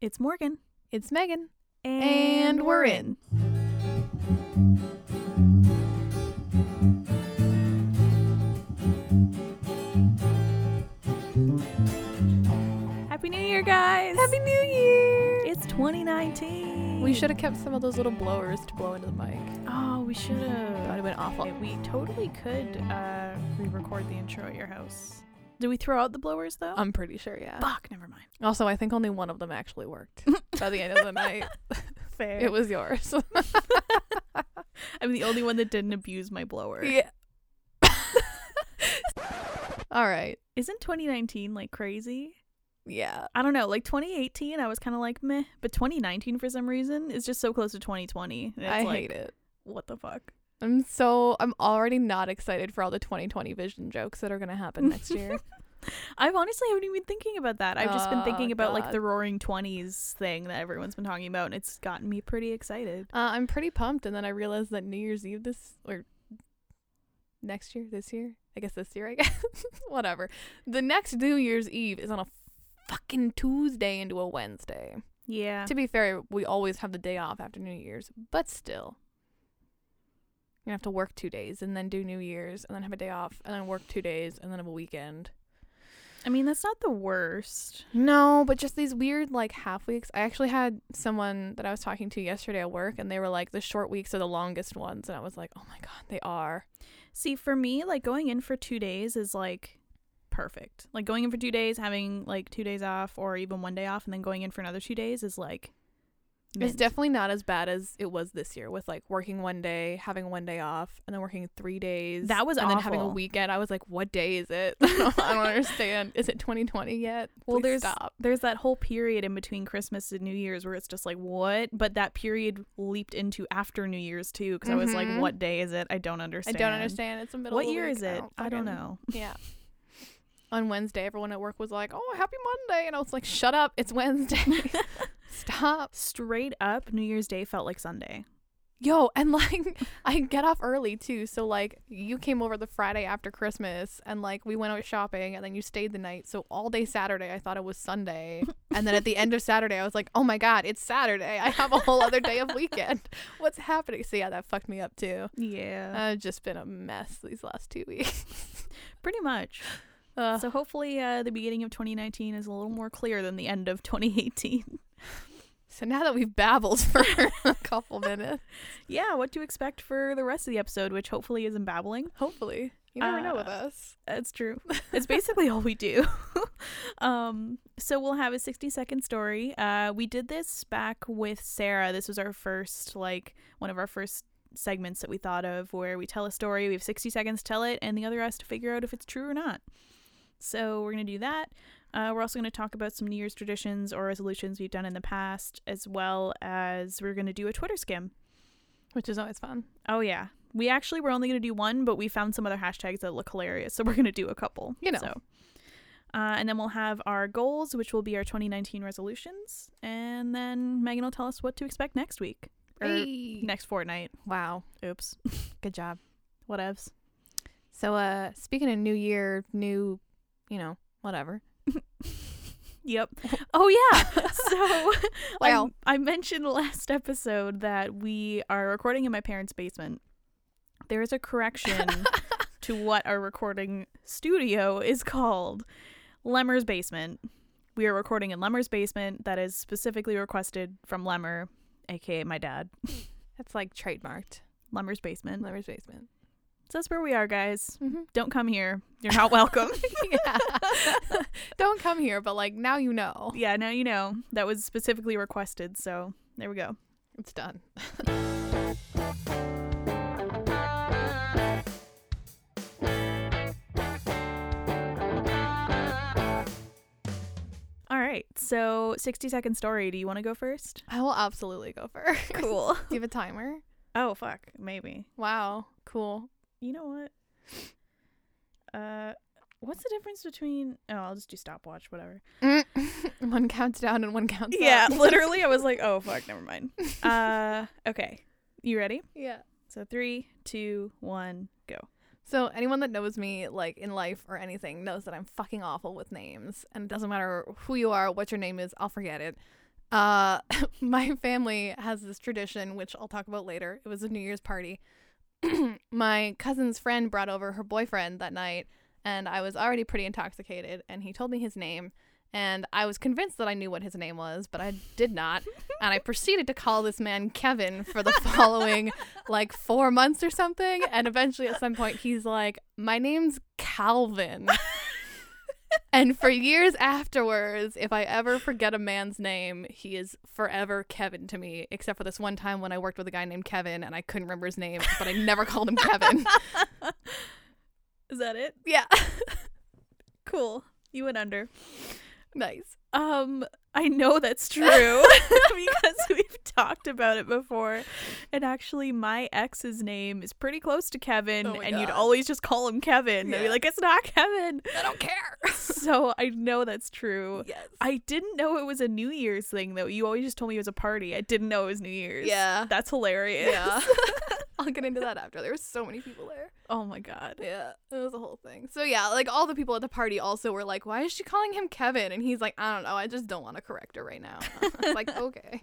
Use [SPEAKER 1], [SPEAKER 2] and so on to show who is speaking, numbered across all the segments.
[SPEAKER 1] It's Morgan.
[SPEAKER 2] It's Megan.
[SPEAKER 1] And,
[SPEAKER 2] we're in.
[SPEAKER 1] Happy New Year, guys.
[SPEAKER 2] Happy New Year!
[SPEAKER 1] It's 2019.
[SPEAKER 2] We should have kept some of those little blowers to blow into the mic.
[SPEAKER 1] Oh, we should
[SPEAKER 2] That would
[SPEAKER 1] have.
[SPEAKER 2] have been awful.
[SPEAKER 1] We totally could uh, re-record the intro at your house. Did we throw out the blowers though? Uh,
[SPEAKER 2] I'm pretty sure, yeah.
[SPEAKER 1] Fuck. Never mind.
[SPEAKER 2] Also, I think only one of them actually worked by the end of the night.
[SPEAKER 1] Fair.
[SPEAKER 2] It was yours.
[SPEAKER 1] I'm the only one that didn't abuse my blower.
[SPEAKER 2] yeah. All right.
[SPEAKER 1] Isn't 2019 like crazy?
[SPEAKER 2] Yeah.
[SPEAKER 1] I don't know. Like 2018, I was kind of like meh, but 2019 for some reason is just so close to 2020. It's
[SPEAKER 2] I
[SPEAKER 1] like,
[SPEAKER 2] hate it.
[SPEAKER 1] What the fuck?
[SPEAKER 2] I'm so, I'm already not excited for all the 2020 vision jokes that are going to happen next year.
[SPEAKER 1] I've honestly haven't even been thinking about that. I've just been
[SPEAKER 2] Oh,
[SPEAKER 1] thinking about like
[SPEAKER 2] God.
[SPEAKER 1] the roaring 20s thing that everyone's been talking about and it's gotten me pretty excited.
[SPEAKER 2] Uh, I'm pretty pumped, and then I realized that New Year's Eve this or next year, this year, I guess this year, I guess, whatever. The next New Year's Eve is on a fucking Tuesday into a Wednesday.
[SPEAKER 1] Yeah.
[SPEAKER 2] To be fair, we always have the day off after New Year's, but still, you have to work two days and then do New Year's and then have a day off and then work two days and then have a weekend.
[SPEAKER 1] I mean, that's not the worst.
[SPEAKER 2] No, but just these weird like half weeks. I actually had someone that I was talking to yesterday at work and they were like the short weeks are the longest ones and I was like, "Oh my god, they are."
[SPEAKER 1] See, for me, like going in for 2 days is like perfect. Like going in for 2 days, having like 2 days off or even one day off and then going in for another 2 days is like
[SPEAKER 2] It's
[SPEAKER 1] mint.
[SPEAKER 2] definitely not as bad as it was this year with like working one day, having one day off, and then working 3 days.
[SPEAKER 1] That was
[SPEAKER 2] and then having a
[SPEAKER 1] awful.
[SPEAKER 2] weekend. I was like, "What day is it?" I don't, I don't understand. Is it 2020 yet?
[SPEAKER 1] Well,
[SPEAKER 2] Please
[SPEAKER 1] there's-
[SPEAKER 2] stop.
[SPEAKER 1] there's that whole period in between Christmas and New Year's where it's just like what, but that period leaped into after New Year's too because I was like,
[SPEAKER 2] Mhm.
[SPEAKER 1] what day is it? I don't
[SPEAKER 2] I
[SPEAKER 1] understand.
[SPEAKER 2] don't understand. It's the middle
[SPEAKER 1] What
[SPEAKER 2] of the
[SPEAKER 1] year
[SPEAKER 2] week.
[SPEAKER 1] is it? I don't
[SPEAKER 2] fucking-
[SPEAKER 1] know.
[SPEAKER 2] Yeah. On Wednesday, everyone at work was like, "Oh, happy Monday," and I was like, "Shut up! It's Wednesday. Stop."
[SPEAKER 1] Straight up, New Year's Day felt like Sunday.
[SPEAKER 2] Yo, and like I get off early too. So like you came over the Friday after Christmas and like we went out shopping and then you stayed the night. So all day Saturday I thought it was Sunday. And then at the end of Saturday I was like, "Oh my god, it's Saturday. I have a whole other day of weekend. What's happening?" So yeah, that fucked me up too.
[SPEAKER 1] Yeah,
[SPEAKER 2] I've just been a mess these last 2 weeks.
[SPEAKER 1] pretty much.
[SPEAKER 2] Uh,
[SPEAKER 1] so hopefully, uh, the beginning of 2019 is a little more clear than the end of 2018.
[SPEAKER 2] so now that we've babbled for a couple minutes,
[SPEAKER 1] yeah, what to expect for the rest of the episode, which hopefully isn't babbling.
[SPEAKER 2] hopefully you never know with
[SPEAKER 1] Uh,
[SPEAKER 2] us.
[SPEAKER 1] That's true. It's basically all we do. um, so we'll have a 60 second story. Uh, we did this back with Sarah. This was our first, like, one of our first segments that we thought of where we tell a story, we have 60 seconds to tell it, and the other has to figure out if it's true or not. So we're going to do that. Uh, we're also going to talk about some New Year's traditions or resolutions we've done in the past, as well as we're going to do a Twitter skim.
[SPEAKER 2] Which is always fun.
[SPEAKER 1] Oh, yeah. We actually were only going to do one, but we found some other hashtags that look hilarious. So we're going to do a couple.
[SPEAKER 2] You know.
[SPEAKER 1] So. Uh, and then we'll have our goals, which will be our 2019 resolutions. And then Megan will tell us what to expect next week or
[SPEAKER 2] Hey.
[SPEAKER 1] next fortnight.
[SPEAKER 2] Er, Wow,
[SPEAKER 1] Oops.
[SPEAKER 2] good job.
[SPEAKER 1] Whatevs.
[SPEAKER 2] So uh speaking of new year, new you know, whatever.
[SPEAKER 1] Yep. Oh, yeah. so
[SPEAKER 2] Wow.
[SPEAKER 1] I, I mentioned last episode that we are recording in my parents' basement. There is a correction to what our recording studio is called Lemmer's Basement. We are recording in Lemmer's basement that is specifically requested from Lemmer, aka my dad.
[SPEAKER 2] That's like trademarked.
[SPEAKER 1] Lemmer's basement.
[SPEAKER 2] Lover's basement.
[SPEAKER 1] So that's where we are, guys.
[SPEAKER 2] Mm-hmm.
[SPEAKER 1] Don't come here. You're not welcome.
[SPEAKER 2] yeah. Don't come here, but like now you know.
[SPEAKER 1] yeah, now you know. That was specifically requested, so there we go.
[SPEAKER 2] It's done.
[SPEAKER 1] All right. So, 60 second story. Do you want to go first?
[SPEAKER 2] I will absolutely go first.
[SPEAKER 1] Cool.
[SPEAKER 2] Do you have a timer?
[SPEAKER 1] Oh fuck, maybe.
[SPEAKER 2] Wow. Cool.
[SPEAKER 1] You know what? Uh what's the difference between Oh, I'll just do stopwatch, whatever.
[SPEAKER 2] Mm. one counts down and one counts
[SPEAKER 1] Yeah,
[SPEAKER 2] up.
[SPEAKER 1] literally I was like, "Oh fuck, never mind." Uh okay. You ready?
[SPEAKER 2] yeah.
[SPEAKER 1] So three, two, one, go.
[SPEAKER 2] So anyone that knows me, like in life or anything, knows that I'm fucking awful with names, and it doesn't matter who you are, what your name is, I'll forget it. Uh, my family has this tradition, which I'll talk about later. It was a New Year's party. my cousin's friend brought over her boyfriend that night, and I was already pretty intoxicated, and he told me his name. And I was convinced that I knew what his name was, but I did not. And I proceeded to call this man Kevin for the following like four months or something. And eventually, at some point, he's like, My name's Calvin. And for years afterwards, if I ever forget a man's name, he is forever Kevin to me, except for this one time when I worked with a guy named Kevin and I couldn't remember his name, but I never called him Kevin.
[SPEAKER 1] Is that it?
[SPEAKER 2] Yeah.
[SPEAKER 1] Cool. You went under.
[SPEAKER 2] nice.
[SPEAKER 1] Um, I know that's true because we've talked about it before. And actually, my ex's name is pretty close to Kevin,
[SPEAKER 2] Oh my
[SPEAKER 1] and you'd
[SPEAKER 2] God.
[SPEAKER 1] always just call him Kevin. And I'd be
[SPEAKER 2] Yeah.
[SPEAKER 1] like, it's not Kevin.
[SPEAKER 2] I don't care.
[SPEAKER 1] so I know that's true.
[SPEAKER 2] yes.
[SPEAKER 1] I didn't know it was a New Year's thing though. You always just told me it was a party. I didn't know it was New Year's.
[SPEAKER 2] Yeah.
[SPEAKER 1] That's hilarious.
[SPEAKER 2] Yeah. I'll get into that after. There were so many people there.
[SPEAKER 1] Oh my god.
[SPEAKER 2] Yeah. It was a whole thing. So yeah, like all the people at the party also were like, Why is she calling him Kevin? And he's like, I don't know, I just don't want to correct her right now. I was like, okay.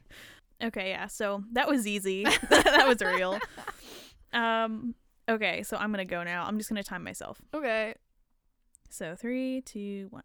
[SPEAKER 1] Okay, yeah. So that was easy. that was real. Um okay, so I'm going to go now. I'm just going to time myself.
[SPEAKER 2] Okay.
[SPEAKER 1] So three, two, one.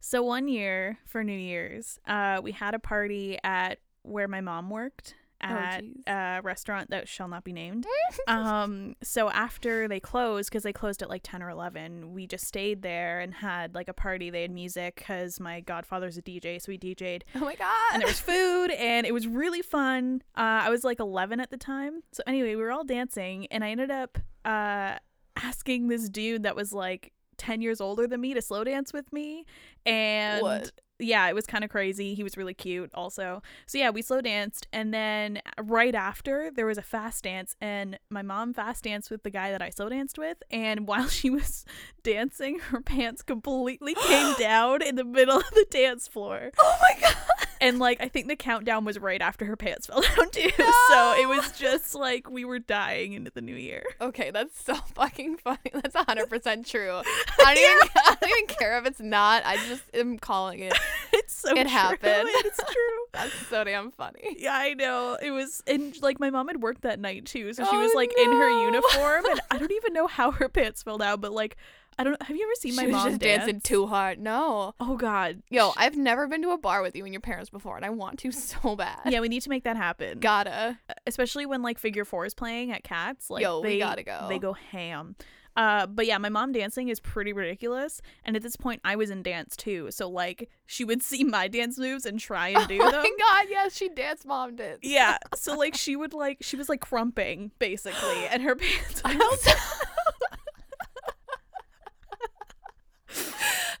[SPEAKER 1] So one year for New Year's, uh, we had a party at where my mom worked at
[SPEAKER 2] Oh, jeez.
[SPEAKER 1] a restaurant that shall not be named. um, so after they closed, because they closed at like ten or eleven, we just stayed there and had like a party. They had music because my godfather's a DJ, so we DJ'd
[SPEAKER 2] Oh my god.
[SPEAKER 1] and there was food and it was really fun uh, i was like 11 at the time so anyway we were all dancing and i ended up uh, asking this dude that was like 10 years older than me to slow dance with me and
[SPEAKER 2] What?
[SPEAKER 1] yeah it was kind of crazy he was really cute also so yeah we slow danced and then right after there was a fast dance and my mom fast danced with the guy that i slow danced with and while she was dancing her pants completely came down in the middle of the dance floor
[SPEAKER 2] Oh my god.
[SPEAKER 1] and like I think the countdown was right after her pants fell down too.
[SPEAKER 2] No!
[SPEAKER 1] So it was just like we were dying into the new year.
[SPEAKER 2] Okay, that's so fucking funny. That's 100% true. I don't, even, I don't even care if it's not. I just am calling it.
[SPEAKER 1] It's so
[SPEAKER 2] It
[SPEAKER 1] true.
[SPEAKER 2] happened.
[SPEAKER 1] It's true.
[SPEAKER 2] That's so damn funny.
[SPEAKER 1] Yeah, I know. It was and like my mom had worked that night too, so she
[SPEAKER 2] Oh,
[SPEAKER 1] was like in her
[SPEAKER 2] no.
[SPEAKER 1] uniform and I don't even know how her pants fell down, but like I don't have you ever seen
[SPEAKER 2] she
[SPEAKER 1] my
[SPEAKER 2] was
[SPEAKER 1] mom
[SPEAKER 2] just
[SPEAKER 1] dance?
[SPEAKER 2] dancing too hard. No.
[SPEAKER 1] Oh god.
[SPEAKER 2] Yo, I've never been to a bar with you and your parents before, and I want to so bad.
[SPEAKER 1] Yeah, we need to make that happen.
[SPEAKER 2] Gotta.
[SPEAKER 1] especially when like figure four is playing at cats like
[SPEAKER 2] Yo,
[SPEAKER 1] they
[SPEAKER 2] we gotta go.
[SPEAKER 1] they go ham uh but yeah my mom dancing is pretty ridiculous and at this point i was in dance too so like she would see my dance moves and try and do
[SPEAKER 2] Oh
[SPEAKER 1] them
[SPEAKER 2] my god, yes, she dance bombed it.
[SPEAKER 1] yeah so like she would like she was like crumping basically and her pants
[SPEAKER 2] I also-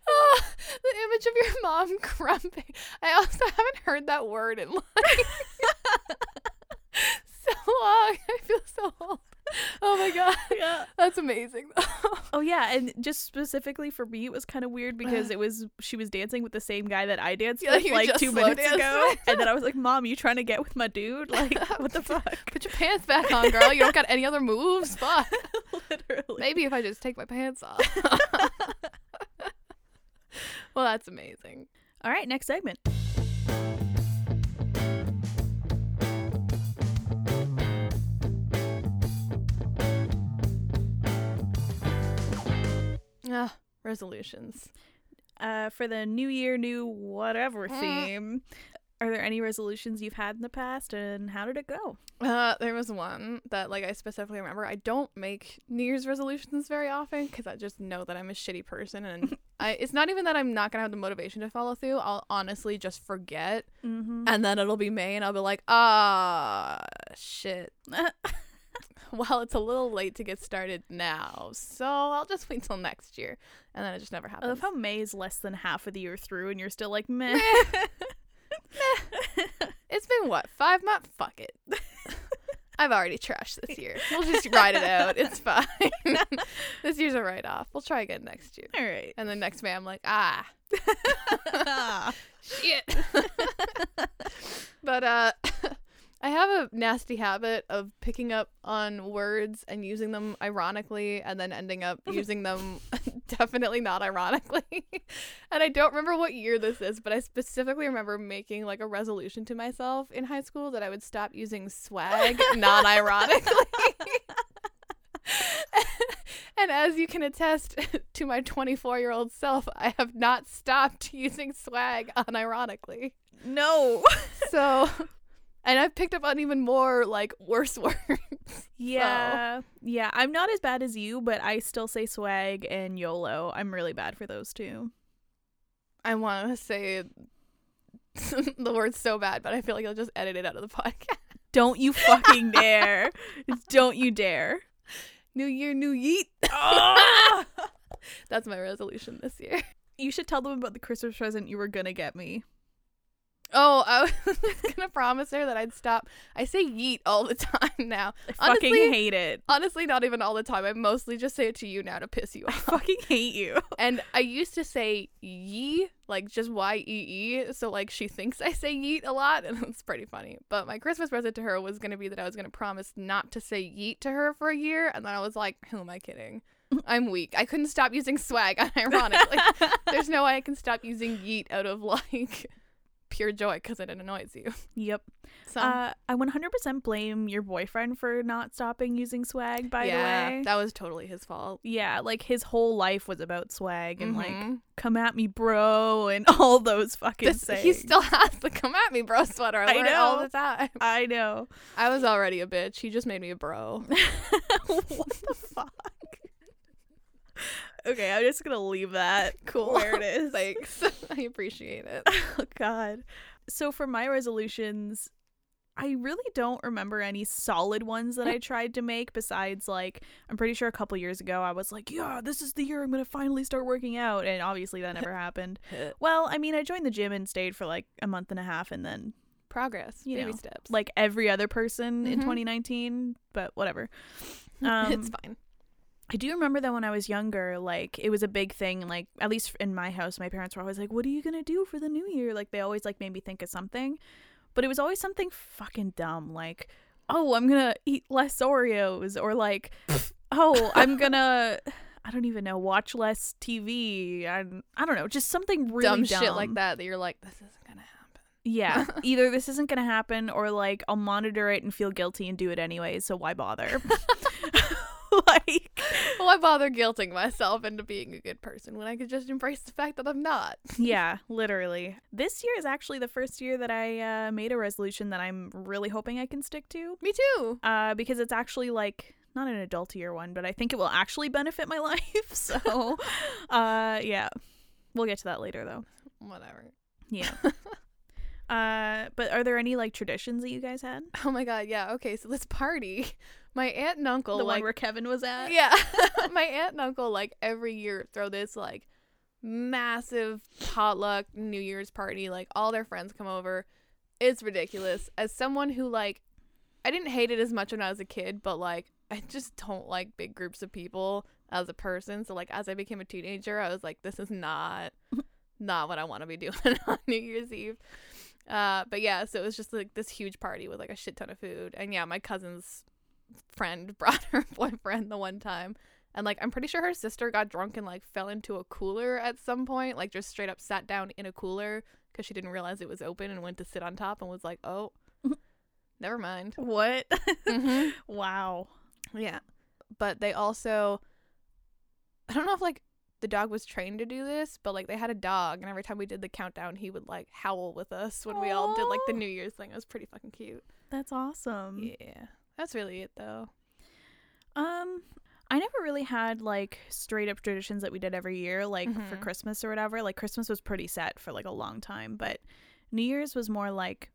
[SPEAKER 2] Oh, the image of your mom crumping. I also haven't heard that word in like so long. I feel so old. Oh my god,
[SPEAKER 1] yeah.
[SPEAKER 2] that's amazing. though.
[SPEAKER 1] oh yeah and just specifically for me it was kind of weird because it was she was dancing with the same guy that i danced
[SPEAKER 2] Yeah,
[SPEAKER 1] with
[SPEAKER 2] you
[SPEAKER 1] like
[SPEAKER 2] just
[SPEAKER 1] two
[SPEAKER 2] slow
[SPEAKER 1] minutes
[SPEAKER 2] danced
[SPEAKER 1] ago
[SPEAKER 2] with.
[SPEAKER 1] and then i was like mom you trying to get with my dude like what the fuck
[SPEAKER 2] Put your pants back on, girl. You don't got any other moves. Fuck.
[SPEAKER 1] literally
[SPEAKER 2] Maybe if I just take my pants off. well, that's amazing.
[SPEAKER 1] All right, next segment.
[SPEAKER 2] Ah, resolutions.
[SPEAKER 1] Uh, for the new year, new whatever
[SPEAKER 2] Mm.
[SPEAKER 1] theme, are there any resolutions you've had in the past and how did it go?
[SPEAKER 2] Uh, there was one that like I specifically remember. I don't make New Year's resolutions very often because I just know that I'm a shitty person, and I, it's not even that I'm not gonna have the motivation to follow through. I'll honestly just forget,
[SPEAKER 1] Mm-hmm.
[SPEAKER 2] and then it'll be May, and I'll be like, ah, shit. well, it's a little late to get started now, so I'll just wait till next year, and then it just never
[SPEAKER 1] I
[SPEAKER 2] happens.
[SPEAKER 1] love how May is less than half of the year through and you're still like, meh.
[SPEAKER 2] It's been what five months? Fuck it. I've already trashed this year. We'll just ride it out. It's fine. this year's a write off. We'll try again next year.
[SPEAKER 1] All right.
[SPEAKER 2] And then next May, I'm like, ah, shit. but uh, I have a nasty habit of picking up on words and using them ironically, and then ending up using them Definitely not ironically. and I don't remember what year this is, but I specifically remember making like a resolution to myself in high school that I would stop using swag non ironically. and as you can attest to my 24 year old self, I have not stopped using swag unironically.
[SPEAKER 1] No.
[SPEAKER 2] So, and I've picked up on even more like worse words.
[SPEAKER 1] Yeah. Yeah. I'm not as bad as you, but I still say swag and YOLO. I'm really bad for those two.
[SPEAKER 2] I want to say the word so bad, but I feel like you'll just edit it out of the podcast.
[SPEAKER 1] Don't you fucking dare. Don't you dare.
[SPEAKER 2] New year, new yeet.
[SPEAKER 1] Ah!
[SPEAKER 2] That's my resolution this year.
[SPEAKER 1] you should tell them about the Christmas present you were going to get me.
[SPEAKER 2] Oh, I was gonna promise her that I'd stop. I say yeet all the time now.
[SPEAKER 1] I
[SPEAKER 2] Honestly-
[SPEAKER 1] fucking hate it.
[SPEAKER 2] Honestly, not even all the time. I mostly just say it to you now to piss you
[SPEAKER 1] I
[SPEAKER 2] off.
[SPEAKER 1] fucking hate you.
[SPEAKER 2] And I used to say ye, like just Y E E. So, like, she thinks I say yeet a lot, and it's pretty funny. But my Christmas present to her was going to be that I was going to promise not to say yeet to her for a year. And then I was like, who am I kidding? I'm weak. I couldn't stop using swag, ironically. There's no way I can stop using yeet out of like pure joy because it annoys you.
[SPEAKER 1] Yep.
[SPEAKER 2] So,
[SPEAKER 1] Uh, I 100% blame your boyfriend for not stopping using swag, by
[SPEAKER 2] yeah,
[SPEAKER 1] the way.
[SPEAKER 2] that was totally his fault.
[SPEAKER 1] yeah, like his whole life was about swag and like,
[SPEAKER 2] Mhm.
[SPEAKER 1] come at me, bro, and all those fucking
[SPEAKER 2] This-
[SPEAKER 1] sayings.
[SPEAKER 2] he still has the come at me, bro sweater. I,
[SPEAKER 1] I
[SPEAKER 2] wear it all
[SPEAKER 1] know.
[SPEAKER 2] the time.
[SPEAKER 1] I know.
[SPEAKER 2] I was already a bitch. He just made me a bro.
[SPEAKER 1] what the fuck? Okay, I'm just gonna leave that
[SPEAKER 2] Cool.
[SPEAKER 1] where it is.
[SPEAKER 2] Thanks. I appreciate it.
[SPEAKER 1] oh god. So for my resolutions, I really don't remember any solid ones that I tried to make besides like I'm pretty sure a couple years ago I was like, yeah, this is the year I'm going to finally start working out and obviously that never happened. Well, I mean, I joined the gym and stayed for like a month and a half and then
[SPEAKER 2] Progress.
[SPEAKER 1] You
[SPEAKER 2] baby
[SPEAKER 1] know,
[SPEAKER 2] steps.
[SPEAKER 1] like every other person in
[SPEAKER 2] Mhm.
[SPEAKER 1] 2019, but whatever. Um,
[SPEAKER 2] it's fine.
[SPEAKER 1] I do remember that when I was younger, like it was a big thing. Like at least in my house, my parents were always like, "What are you gonna do for the new year?" Like they always like made me think of something, but it was always something fucking dumb. Like, oh, I'm gonna eat less Oreos, or like, oh, I'm gonna, I don't even know, watch less TV. I, I don't know, just something really
[SPEAKER 2] dumb, shit like that that you're like, this isn't gonna happen.
[SPEAKER 1] Yeah, either this isn't gonna happen, or like I'll monitor it and feel guilty and do it anyway. So why bother? like.
[SPEAKER 2] Why bother guilting myself into being a good person when I could just embrace the fact that I'm not?
[SPEAKER 1] yeah, literally. This year is actually the first year that I uh, made a resolution that I'm really hoping I can stick to
[SPEAKER 2] Me too.
[SPEAKER 1] uh, because it's actually like not an adultier one, but I think it will actually benefit my life. So, uh, yeah, we'll get to that later though.
[SPEAKER 2] Whatever.
[SPEAKER 1] Yeah. Uh, but are there any like traditions that you guys had?
[SPEAKER 2] Oh my god. Yeah. Okay. So this party, my aunt and uncle
[SPEAKER 1] the
[SPEAKER 2] like
[SPEAKER 1] one where Kevin was at.
[SPEAKER 2] yeah my aunt and uncle like every year throw this like massive potluck new year's party like all their friends come over it's ridiculous as someone who like i didn't hate it as much when i was a kid but like i just don't like big groups of people as a person so like as i became a teenager i was like this is not not what i want to be doing on new year's eve uh but yeah so it was just like this huge party with like a shit ton of food and yeah my cousins friend brought her boyfriend the one time. And like I'm pretty sure her sister got drunk and like fell into a cooler at some point, like just straight up sat down in a cooler cuz she didn't realize it was open and went to sit on top and was like, "Oh, never mind."
[SPEAKER 1] What?
[SPEAKER 2] Mhm.
[SPEAKER 1] wow.
[SPEAKER 2] Yeah. But they also I don't know if like the dog was trained to do this, but like they had a dog and every time we did the countdown, he would like howl with us when we all did like the
[SPEAKER 1] Aw. Mm.
[SPEAKER 2] New Year's thing. It was pretty fucking cute.
[SPEAKER 1] That's awesome.
[SPEAKER 2] Yeah. That's really it though.
[SPEAKER 1] Um, I never really had like straight up traditions that we did every year, like for
[SPEAKER 2] Mhm.
[SPEAKER 1] Christmas or whatever. Like Christmas was pretty set for like a long time, but New Year's was more like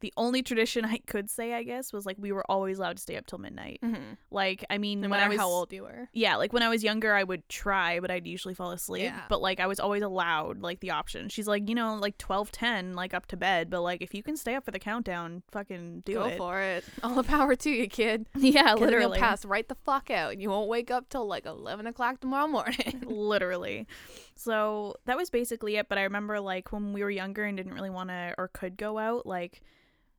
[SPEAKER 1] the only tradition I could say, I guess, was like we were always allowed to stay up till midnight.
[SPEAKER 2] Mhm.
[SPEAKER 1] Like, I mean,
[SPEAKER 2] No
[SPEAKER 1] Mm-hmm. when I
[SPEAKER 2] matter
[SPEAKER 1] was
[SPEAKER 2] how old you were.
[SPEAKER 1] yeah, like when I was younger, I would try, but I'd usually fall asleep.
[SPEAKER 2] Yeah.
[SPEAKER 1] But like I was always allowed like the option. She's like, you know, like twelve ten, like up to bed. But like if you can stay up for the countdown, fucking do
[SPEAKER 2] Go
[SPEAKER 1] it.
[SPEAKER 2] for it. All the power to you, kid.
[SPEAKER 1] Yeah,
[SPEAKER 2] Literally.
[SPEAKER 1] literally.
[SPEAKER 2] You'll pass right the fuck out and you won't wake up till like 11 o'clock tomorrow morning.
[SPEAKER 1] literally so that was basically it but i remember like when we were younger and didn't really want to or could go out like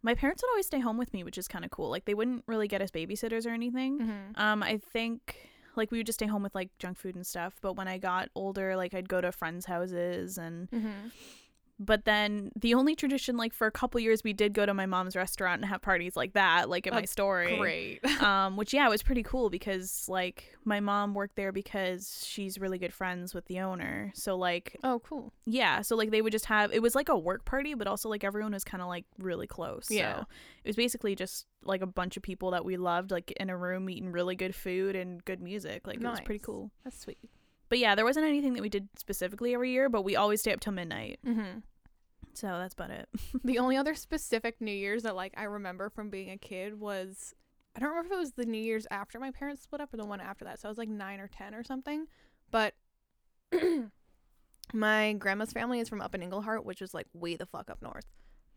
[SPEAKER 1] my parents would always
[SPEAKER 2] Mm-hmm.
[SPEAKER 1] stay home with me which is kind of cool like they wouldn't really get us babysitters or anything um i think Like we would just stay home with like junk food and stuff. But when I got older, like I'd go to friends' houses and
[SPEAKER 2] Mm-hmm.
[SPEAKER 1] but then the only tradition like for a couple years we did go to my mom's restaurant and have parties like that, like at my
[SPEAKER 2] That's
[SPEAKER 1] story.
[SPEAKER 2] Great.
[SPEAKER 1] Um, which yeah, was pretty cool because like my mom worked there because she's really good friends with the owner. So like
[SPEAKER 2] Oh, cool.
[SPEAKER 1] yeah, so like they would just have it was like a work party, but also like everyone was kind of like really close.
[SPEAKER 2] Yeah.
[SPEAKER 1] So it was basically just like a bunch of people that we loved, like in a room eating really good food and good music. Like it was pretty
[SPEAKER 2] Nice.
[SPEAKER 1] cool.
[SPEAKER 2] That's sweet.
[SPEAKER 1] But yeah, there wasn't anything that we did specifically every year, but we always stay up till midnight.
[SPEAKER 2] Mm-hmm.
[SPEAKER 1] So that's about it.
[SPEAKER 2] The only other specific New Year's that like I remember from being a kid was I don't remember if it was the New Year's after my parents split up or the one after that. So I was like nine or ten or something. But my grandma's family is from up in Inglehart, which is like way the fuck up north.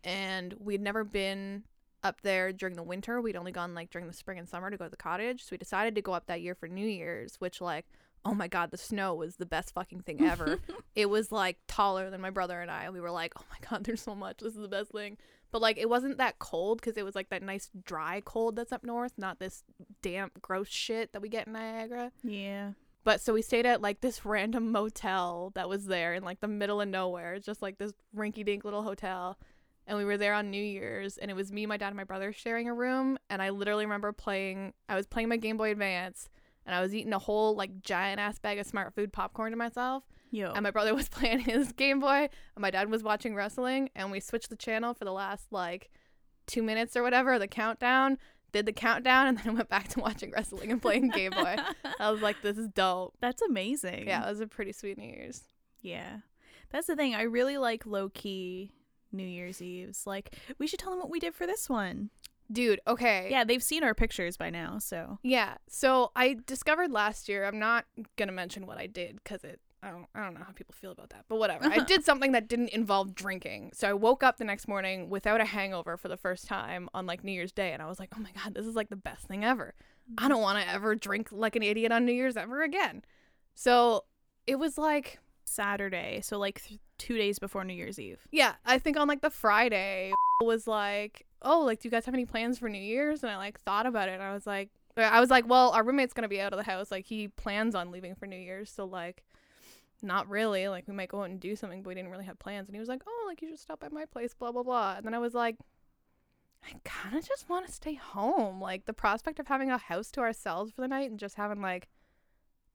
[SPEAKER 2] And we'd never been up there during the winter. We'd only gone like during the spring and summer to go to the cottage. So we decided to go up that year for New Year's, which like, oh my god, the snow was the best fucking thing ever. it was like taller than my brother and I. We were like, oh my god, there's so much. This is the best thing. But like, it wasn't that cold because it was like that nice dry cold that's up north, not this damp, gross shit that we get in Niagara.
[SPEAKER 1] Yeah.
[SPEAKER 2] But so we stayed at like this random motel that was there in like the middle of nowhere. It's just like this rinky dink little hotel. And we were there on New Year's and it was me, my dad, and my brother sharing a room. And I literally remember playing, I was playing my Game Boy Advance and I was eating a whole like giant ass bag of smart food popcorn to myself.
[SPEAKER 1] Yo.
[SPEAKER 2] And my brother was playing his Game Boy and my dad was watching wrestling. And we switched the channel for the last like two minutes or whatever, the countdown, did the countdown, and then went back to watching wrestling and playing Game Boy. I was like, this is dope.
[SPEAKER 1] That's amazing.
[SPEAKER 2] Yeah, it was a pretty sweet New Year's.
[SPEAKER 1] Yeah. That's the thing. I really like low key New Year's Eves. Like, we should tell them what we did for this one.
[SPEAKER 2] Dude, okay.
[SPEAKER 1] Yeah, they've seen our pictures by now, so.
[SPEAKER 2] Yeah. So I discovered last year, I'm not going to mention what I did because it, I don't, I don't know how people feel about that, but whatever. I did something that didn't involve drinking. So I woke up the next morning without a hangover for the first time on like New Year's Day. And I was like, oh my God, this is like the best thing ever. I don't want to ever drink like an idiot on New Year's ever again. So it was like,
[SPEAKER 1] Saturday, so like th- two days before New Year's Eve.
[SPEAKER 2] Yeah, I think on like the Friday was like, oh, like do you guys have any plans for New Year's? And I like thought about it, and I was like, I was like, well, our roommate's gonna be out of the house. Like he plans on leaving for New Year's, so like, not really. Like we might go out and do something, but we didn't really have plans. And he was like, oh, like you should stop by my place, blah blah blah. And then I was like. I kind of just want to stay home. Like the prospect of having a house to ourselves for the night and just having like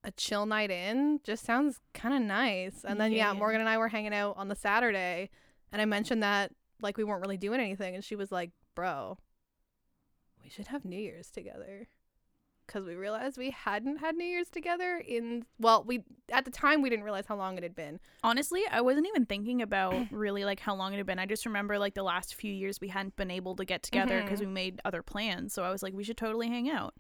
[SPEAKER 2] a chill night in just sounds kind of nice. And then yeah,
[SPEAKER 1] Yeah.
[SPEAKER 2] Morgan and I were hanging out on the Saturday, and I mentioned that like we weren't really doing anything, and she was like, "Bro, we should have New Year's together." Cause we realized we hadn't had New Year's together in well, we at the time we didn't realize how long it had been.
[SPEAKER 1] Honestly, I wasn't even thinking about really like how long it had been. I just remember like the last few years we hadn't been able to get together because we
[SPEAKER 2] Mhm.
[SPEAKER 1] made other plans. So I was like, we should totally hang out.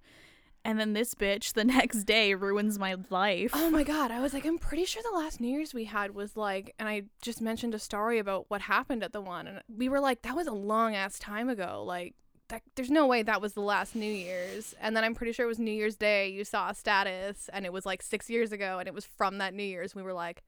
[SPEAKER 1] And then this bitch the next day ruins my life.
[SPEAKER 2] Oh my god, I was like, I'm pretty sure the last New Year's we had was like, and I just mentioned a story about what happened at the one, and we were like, that was a long ass time ago. Like, that, there's no way that was the last New Year's. And then I'm pretty sure it was New Year's Day. You saw a status, and it was like six years ago, and it was from that New Year's. We were like,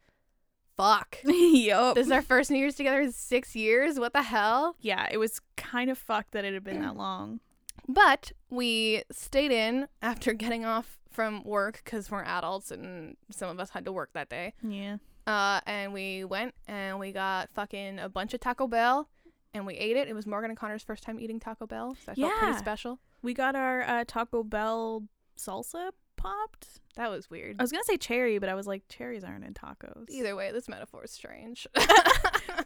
[SPEAKER 2] fuck.
[SPEAKER 1] yup.
[SPEAKER 2] This is our first New Year's together in six years. What the hell?
[SPEAKER 1] yeah, it was kind of fucked that it had been that long.
[SPEAKER 2] But we stayed in after getting off from work because we're adults and some of us had to work that day.
[SPEAKER 1] Yeah.
[SPEAKER 2] Uh, and we went and we got fucking a bunch of Taco Bell and we ate it. It was Morgan and Connor's first time eating Taco Bell, so I felt
[SPEAKER 1] Yeah.
[SPEAKER 2] pretty special.
[SPEAKER 1] We got our uh, Taco Bell salsa popped.
[SPEAKER 2] That was weird.
[SPEAKER 1] I was gonna say cherry, but I was like, cherries aren't in tacos.
[SPEAKER 2] Either way, this metaphor is strange.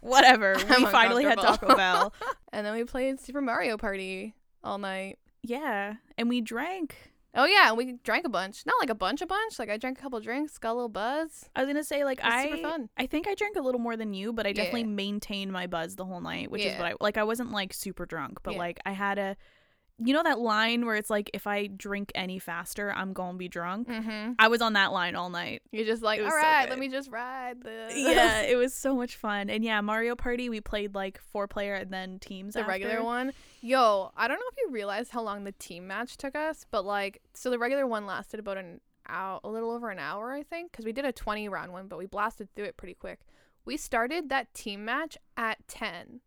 [SPEAKER 1] Whatever.
[SPEAKER 2] I'm
[SPEAKER 1] we finally had
[SPEAKER 2] uncomfortable.
[SPEAKER 1] Taco Bell.
[SPEAKER 2] and then we played Super Mario Party all night.
[SPEAKER 1] yeah, and we drank.
[SPEAKER 2] Oh yeah, and we drank a bunch. Not like a bunch, a bunch. Like I drank a couple drinks, got a little buzz.
[SPEAKER 1] I was gonna say like
[SPEAKER 2] It was
[SPEAKER 1] I
[SPEAKER 2] super fun.
[SPEAKER 1] I think I drank a little more than you, but I definitely
[SPEAKER 2] Yeah.
[SPEAKER 1] maintained my buzz the whole night, which is
[SPEAKER 2] Yeah.
[SPEAKER 1] what I like. I wasn't like super drunk, but
[SPEAKER 2] Yeah.
[SPEAKER 1] like I had a, you know that line where it's like if I drink any faster, I'm gonna be drunk.
[SPEAKER 2] Mm-hmm.
[SPEAKER 1] I was on that line all night.
[SPEAKER 2] You're just like,
[SPEAKER 1] It
[SPEAKER 2] all
[SPEAKER 1] was so
[SPEAKER 2] right,
[SPEAKER 1] good.
[SPEAKER 2] let me just ride this.
[SPEAKER 1] yeah, it was so much fun, and yeah, Mario Party. We played like four player and then teams.
[SPEAKER 2] the regular
[SPEAKER 1] after.
[SPEAKER 2] one. Yo, I don't know if you realize how long the team match took us, but like, so the regular one lasted about an hour, a little over an hour, I think, because we did a 20 round one, but we blasted through it pretty quick. We started that team match at 10.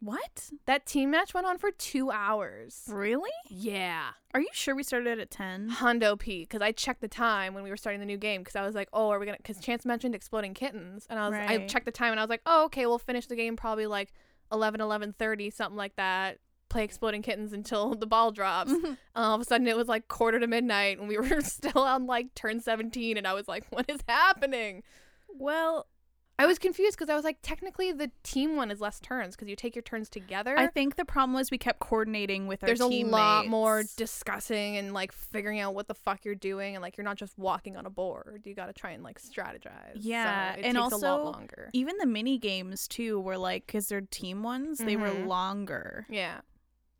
[SPEAKER 1] What?
[SPEAKER 2] That team match went on for two hours.
[SPEAKER 1] Really?
[SPEAKER 2] Yeah.
[SPEAKER 1] Are you sure we started at 10?
[SPEAKER 2] Hondo P, because I checked the time when we were starting the new game because I was like, oh, are we gonna? Because Chance mentioned exploding kittens, and I was I
[SPEAKER 1] Right.
[SPEAKER 2] checked the time and I was like, oh, okay, we'll finish the game probably like 11, 11.30, something like that. Play exploding kittens until the ball drops. and all of a sudden, it was like quarter to midnight, and we were still on like turn seventeen, and I was like, what is happening?
[SPEAKER 1] Well,
[SPEAKER 2] I was confused because I was like, technically, the team one is less turns because you take your turns together.
[SPEAKER 1] I think the problem was we kept coordinating with our
[SPEAKER 2] there's a lot more
[SPEAKER 1] teammates.
[SPEAKER 2] discussing and like figuring out what the fuck you're doing and like you're not just walking on a board you got to try and like strategize
[SPEAKER 1] Yeah,
[SPEAKER 2] so it
[SPEAKER 1] and
[SPEAKER 2] takes a lot
[SPEAKER 1] also-
[SPEAKER 2] longer
[SPEAKER 1] Even the mini games too were like cuz they're team ones, they were
[SPEAKER 2] Mhm.
[SPEAKER 1] longer.
[SPEAKER 2] yeah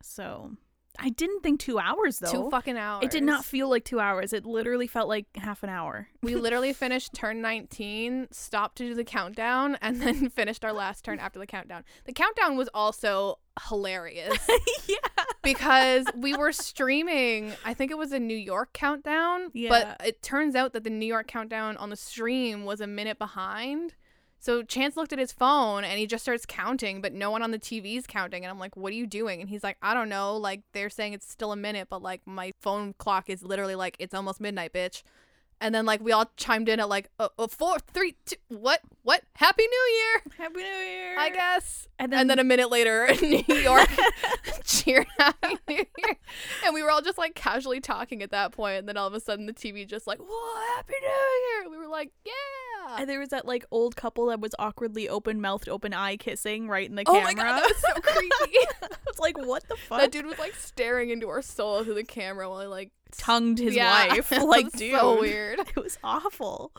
[SPEAKER 1] So, I didn't think 2 hours though.
[SPEAKER 2] two fucking hours
[SPEAKER 1] It did not feel like 2 hours. It literally felt like half an hour.
[SPEAKER 2] we literally finished turn 19 stopped to do the countdown and then finished our last turn after the countdown the countdown was also hilarious
[SPEAKER 1] yeah.
[SPEAKER 2] because we were streaming i think it was a new york countdown
[SPEAKER 1] Yeah.
[SPEAKER 2] but it turns out that the new york countdown on the stream was a minute behind so chance looked at his phone and he just starts counting but no one on the tv's counting and i'm like what are you doing and he's like i don't know like they're saying it's still a minute but like my phone clock is literally like it's almost midnight bitch and then like we all chimed in at like a, a four three two what what happy new year
[SPEAKER 1] Happy New Year.
[SPEAKER 2] i guess
[SPEAKER 1] And
[SPEAKER 2] and then a minute later, New York cheered Happy New Year. And we were all just like casually talking at that point. And then all of a sudden, the TV just like, whoa, Happy New Year. And we were like, yeah.
[SPEAKER 1] And there was that like old couple that was awkwardly open mouthed, open eye kissing right in the
[SPEAKER 2] oh
[SPEAKER 1] camera.
[SPEAKER 2] my God, that was so creepy.
[SPEAKER 1] I was like, what the fuck?
[SPEAKER 2] that dude was like staring into our soul through the camera while he like,
[SPEAKER 1] tongued his
[SPEAKER 2] yeah,
[SPEAKER 1] wife.
[SPEAKER 2] it
[SPEAKER 1] Like,
[SPEAKER 2] was
[SPEAKER 1] dude,
[SPEAKER 2] So weird.
[SPEAKER 1] it was awful.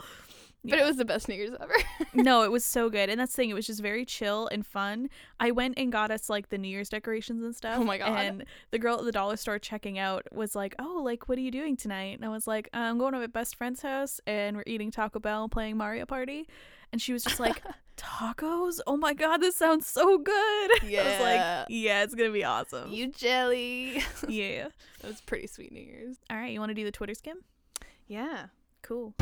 [SPEAKER 2] But it was the best New Year's ever.
[SPEAKER 1] no, it was so good. And that's the thing, it was just very chill and fun. I went and got us like the New Year's decorations and stuff.
[SPEAKER 2] Oh my God.
[SPEAKER 1] And the girl at the dollar store checking out was like, Oh, like what are you doing tonight? And I was like, I'm going to my best friend's house and we're eating Taco Bell and playing Mario Party. And she was just like, Tacos? Oh my god, this sounds so good. I
[SPEAKER 2] Yeah.
[SPEAKER 1] was like, Yeah, it's gonna be awesome.
[SPEAKER 2] you jelly.
[SPEAKER 1] yeah.
[SPEAKER 2] That was pretty sweet New Year's.
[SPEAKER 1] All right, you wanna do the Twitter skim?
[SPEAKER 2] Yeah.
[SPEAKER 1] Cool.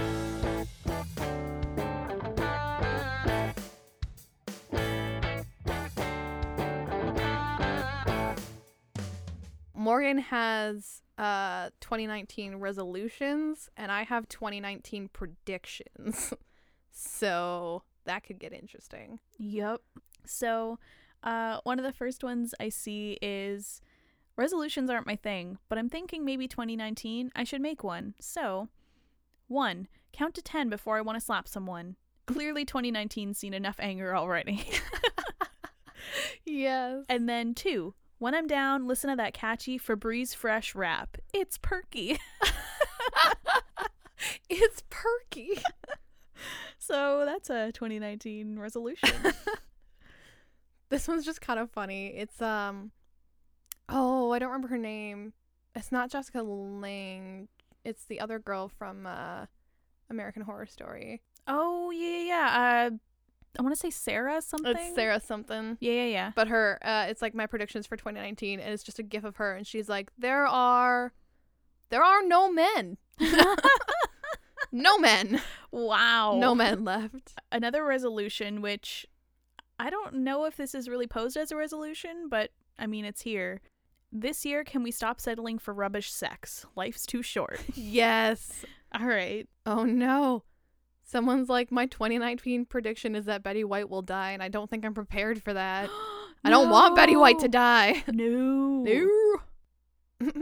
[SPEAKER 2] Morgan has uh 2019 resolutions and I have 2019 predictions. so that could get interesting.
[SPEAKER 1] Yep. So, uh, one of the first ones I see is resolutions aren't my thing, but I'm thinking maybe 2019 I should make one. So, one, count to 10 before I want to slap someone. Clearly, 2019's seen enough anger already.
[SPEAKER 2] Yes.
[SPEAKER 1] and then two, when I'm down, listen to that catchy Febreze Fresh rap. It's perky.
[SPEAKER 2] It's perky.
[SPEAKER 1] so, that's a 2019 resolution.
[SPEAKER 2] this one's just kind of funny. It's um Oh, I don't remember her name. It's not Jessica Lang. It's the other girl from uh American Horror Story.
[SPEAKER 1] oh, yeah, yeah, yeah. Uh, I want to say Sarah something.
[SPEAKER 2] It's Sarah something.
[SPEAKER 1] Yeah, yeah, yeah.
[SPEAKER 2] But her, uh, it's like my predictions for 2019, and it's just a gif of her, and she's like, "There are, there are no men, no men,
[SPEAKER 1] Wow.
[SPEAKER 2] no men left."
[SPEAKER 1] another resolution which I don't know if this is really posed as a resolution, but I mean it's here. This year can we stop settling for rubbish sex? Life's too short.
[SPEAKER 2] Yes.
[SPEAKER 1] All right.
[SPEAKER 2] Oh no. Someone's like, my 2019 prediction is that Betty White will die, and I don't think I'm prepared for that. I don't want Betty White to die.
[SPEAKER 1] No.
[SPEAKER 2] No.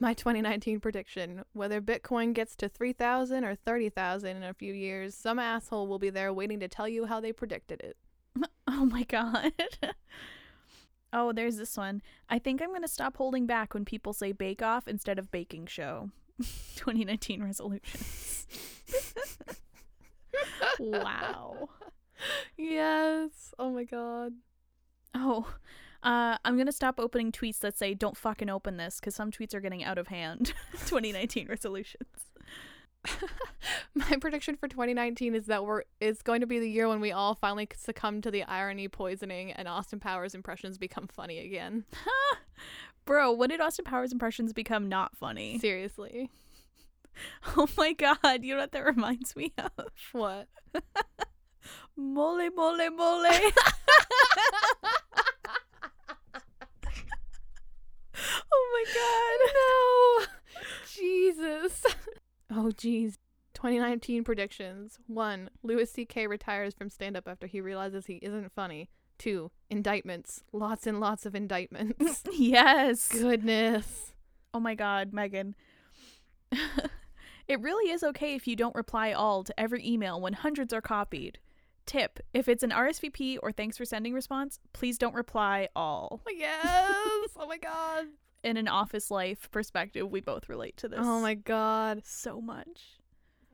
[SPEAKER 2] my 2019 prediction: whether Bitcoin gets to 3,000 or 30,000 in a few years, some asshole will be there waiting to tell you how they predicted it.
[SPEAKER 1] Oh my god. oh, there's this one. I think I'm going to stop holding back when people say bake off instead of baking show. 2019 resolution. wow.
[SPEAKER 2] Yes. Oh my god.
[SPEAKER 1] Oh, uh, I'm gonna stop opening tweets that say "Don't fucking open this" because some tweets are getting out of hand. 2019 resolutions.
[SPEAKER 2] My prediction for 2019 is that we're it's going to be the year when we all finally succumb to the irony poisoning and Austin Powers impressions become funny again.
[SPEAKER 1] Bro, when did Austin Powers impressions become not funny?
[SPEAKER 2] Seriously.
[SPEAKER 1] Oh my god, you know what that reminds me of?
[SPEAKER 2] What?
[SPEAKER 1] Mole, mole, mole.
[SPEAKER 2] Oh, geez. 2019 predictions. One, Louis C.K. retires from stand up after he realizes he isn't funny. Two, indictments. Lots and lots of indictments.
[SPEAKER 1] yes.
[SPEAKER 2] Goodness.
[SPEAKER 1] Oh my god, Megan. it really is okay if you don't reply all to every email when hundreds are copied. Tip if it's an RSVP or thanks for sending response, please don't reply all.
[SPEAKER 2] Yes. Oh my God.
[SPEAKER 1] In an office life perspective, we both relate to this.
[SPEAKER 2] Oh my God.
[SPEAKER 1] so much.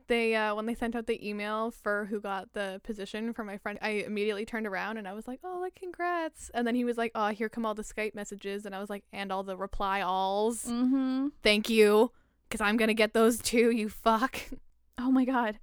[SPEAKER 2] They, uh, when they sent out the email for who got the position for my friend, I immediately turned around and I was like, oh, like, congrats. And then he was like, oh, here come all the Skype messages. And I was like, and all the reply alls.
[SPEAKER 1] Mm-hmm.
[SPEAKER 2] Thank you. Because I'm going to get those too, you fuck.
[SPEAKER 1] Oh my god.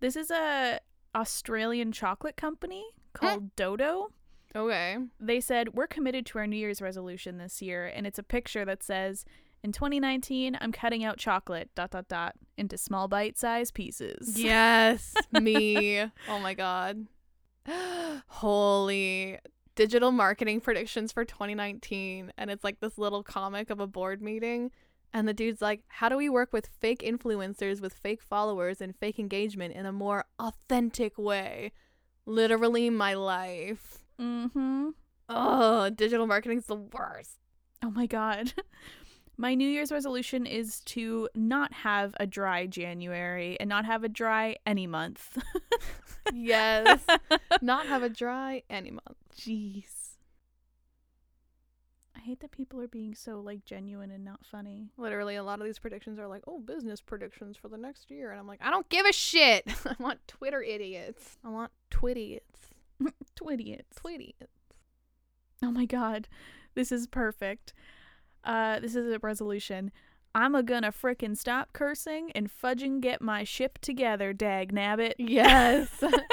[SPEAKER 1] This is a Australian chocolate company
[SPEAKER 2] Eh.
[SPEAKER 1] called Dodo.
[SPEAKER 2] Okay.
[SPEAKER 1] they said, We're committed to our New Year's resolution this year. And it's a picture that says, In 2019, I'm cutting out chocolate, dot, dot, dot, into small bite sized pieces.
[SPEAKER 2] Yes, me. Oh my god. Holy digital marketing predictions for 2019 and it's like this little comic of a board meeting and the dude's like, "How do we work with fake influencers with fake followers and fake engagement in a more authentic way?" Literally my life.
[SPEAKER 1] Mm hmm.
[SPEAKER 2] Oh, digital marketing's the worst.
[SPEAKER 1] Oh my God. My New Year's resolution is to not have a dry January and not have a dry any month.
[SPEAKER 2] Yes. Not have a dry any month.
[SPEAKER 1] Jeez. I hate that people are being so like genuine and not funny.
[SPEAKER 2] literally a lot of these predictions are like, oh, business predictions for the next year. And I'm like, I don't give a shit. I want Twitter idiots. I want twidiots.
[SPEAKER 1] Twidiots.
[SPEAKER 2] Twidiots.
[SPEAKER 1] Oh my god, this is perfect. Uh, this is a resolution. I'm a gonna frickin' stop cursing and fudging get my ship together, dag nabbit.
[SPEAKER 2] Yes.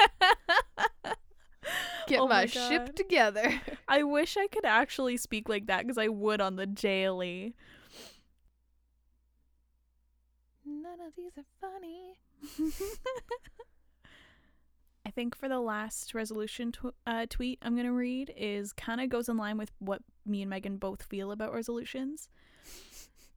[SPEAKER 2] Get
[SPEAKER 1] Oh
[SPEAKER 2] my,
[SPEAKER 1] my
[SPEAKER 2] ship
[SPEAKER 1] God.
[SPEAKER 2] together.
[SPEAKER 1] I wish I could actually speak like that because I would on the daily.
[SPEAKER 2] None of these are funny.
[SPEAKER 1] I think for the last resolution tw- uh, tweet I'm gonna read is kind of goes in line with what me and Megan both feel about resolutions.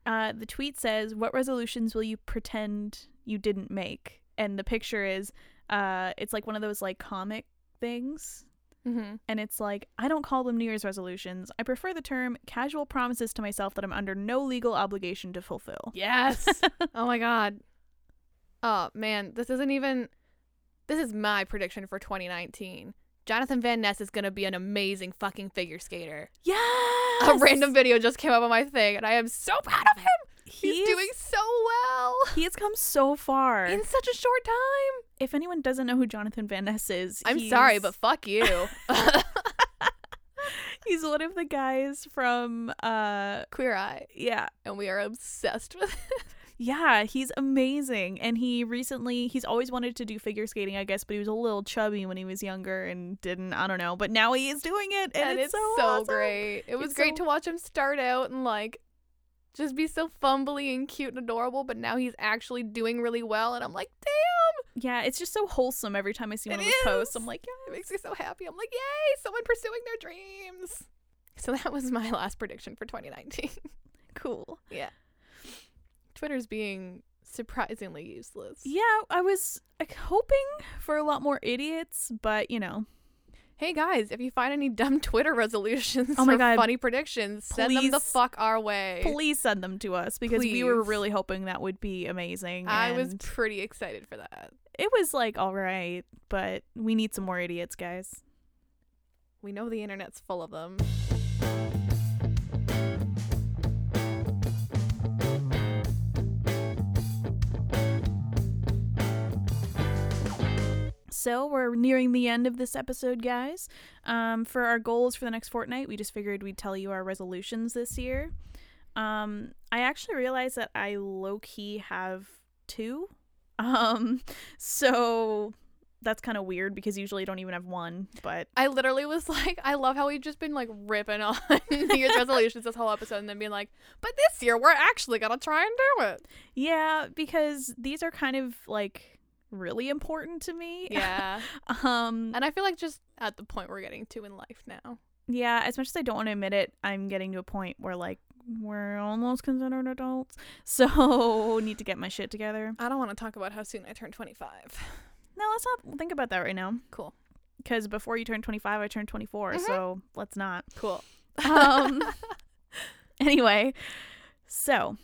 [SPEAKER 1] Uh, the tweet says, "What resolutions will you pretend you didn't make?" And the picture is, uh, it's like one of those like comic things,
[SPEAKER 2] Mm-hmm.
[SPEAKER 1] and it's like I don't call them New Year's resolutions. I prefer the term casual promises to myself that I'm under no legal obligation to fulfill.
[SPEAKER 2] Yes. oh my God. Oh man, this isn't even. This is my prediction for 2019. Jonathan Van Ness is gonna be an amazing fucking figure skater.
[SPEAKER 1] Yeah,
[SPEAKER 2] A random video just came up on my thing, and I am so proud of him. He's, doing so well
[SPEAKER 1] He has come so far.
[SPEAKER 2] in such a short time.
[SPEAKER 1] if anyone doesn't know who Jonathan Van Ness is,
[SPEAKER 2] I'm
[SPEAKER 1] he's-
[SPEAKER 2] sorry, but fuck you.
[SPEAKER 1] he's one of the guys from uh
[SPEAKER 2] Queer Eye,
[SPEAKER 1] yeah.
[SPEAKER 2] and we are obsessed with it.
[SPEAKER 1] Yeah, he's amazing. And he recently he's always wanted to do figure skating, I guess, but he was a little chubby when he was younger and didn't I don't know, but now he is doing it and, it's, so, awesome.
[SPEAKER 2] great. It was
[SPEAKER 1] It's
[SPEAKER 2] great
[SPEAKER 1] so-
[SPEAKER 2] to watch him start out and like just be so fumbly and cute and adorable, but now he's actually doing really well, and I'm like, damn,
[SPEAKER 1] Yeah, it's just so wholesome every time I see one
[SPEAKER 2] It
[SPEAKER 1] of his posts.
[SPEAKER 2] is.
[SPEAKER 1] I'm like,
[SPEAKER 2] it makes me so happy. I'm like, yay, someone pursuing their dreams. So that was my last prediction for 2019.
[SPEAKER 1] yeah, cool.
[SPEAKER 2] Twitter's being surprisingly useless.
[SPEAKER 1] Yeah, I was like, hoping for a lot more idiots, but you know,
[SPEAKER 2] Hey guys, if you find any dumb Twitter resolutions
[SPEAKER 1] Oh my
[SPEAKER 2] or
[SPEAKER 1] God.
[SPEAKER 2] funny predictions, send them the
[SPEAKER 1] Please.
[SPEAKER 2] fuck our way.
[SPEAKER 1] please send them to us because we were
[SPEAKER 2] Please.
[SPEAKER 1] really hoping that would be amazing.
[SPEAKER 2] I was
[SPEAKER 1] and-
[SPEAKER 2] pretty excited for that.
[SPEAKER 1] it was like all right, but we need some more idiots, guys.
[SPEAKER 2] We know the internet's full of them.
[SPEAKER 1] So we're nearing the end of this episode, guys. Um, for our goals for the next fortnight, we just figured we'd tell you our resolutions this year. Um, I actually realized that I low key have two. Um, so that's kind of weird because usually I don't even have one, but
[SPEAKER 2] I literally was like, I love how we've just been like ripping on New Year's resolutions this whole episode and then being like, but this year we're actually gonna try and do it.
[SPEAKER 1] yeah, because these are kind of like really important to me.
[SPEAKER 2] Yeah.
[SPEAKER 1] um,
[SPEAKER 2] and I feel like just at the point we're getting to in life now.
[SPEAKER 1] Yeah, as much as I don't want to admit it, I'm getting to a point where like we're almost considered adults, so need to get my shit together.
[SPEAKER 2] I don't want to talk about how soon I turned 25.
[SPEAKER 1] No, let's not think about that right now.
[SPEAKER 2] Cool.
[SPEAKER 1] Because before you turn 25, I turned 24,
[SPEAKER 2] Mhm.
[SPEAKER 1] so let's not.
[SPEAKER 2] Cool.
[SPEAKER 1] Um, anyway, so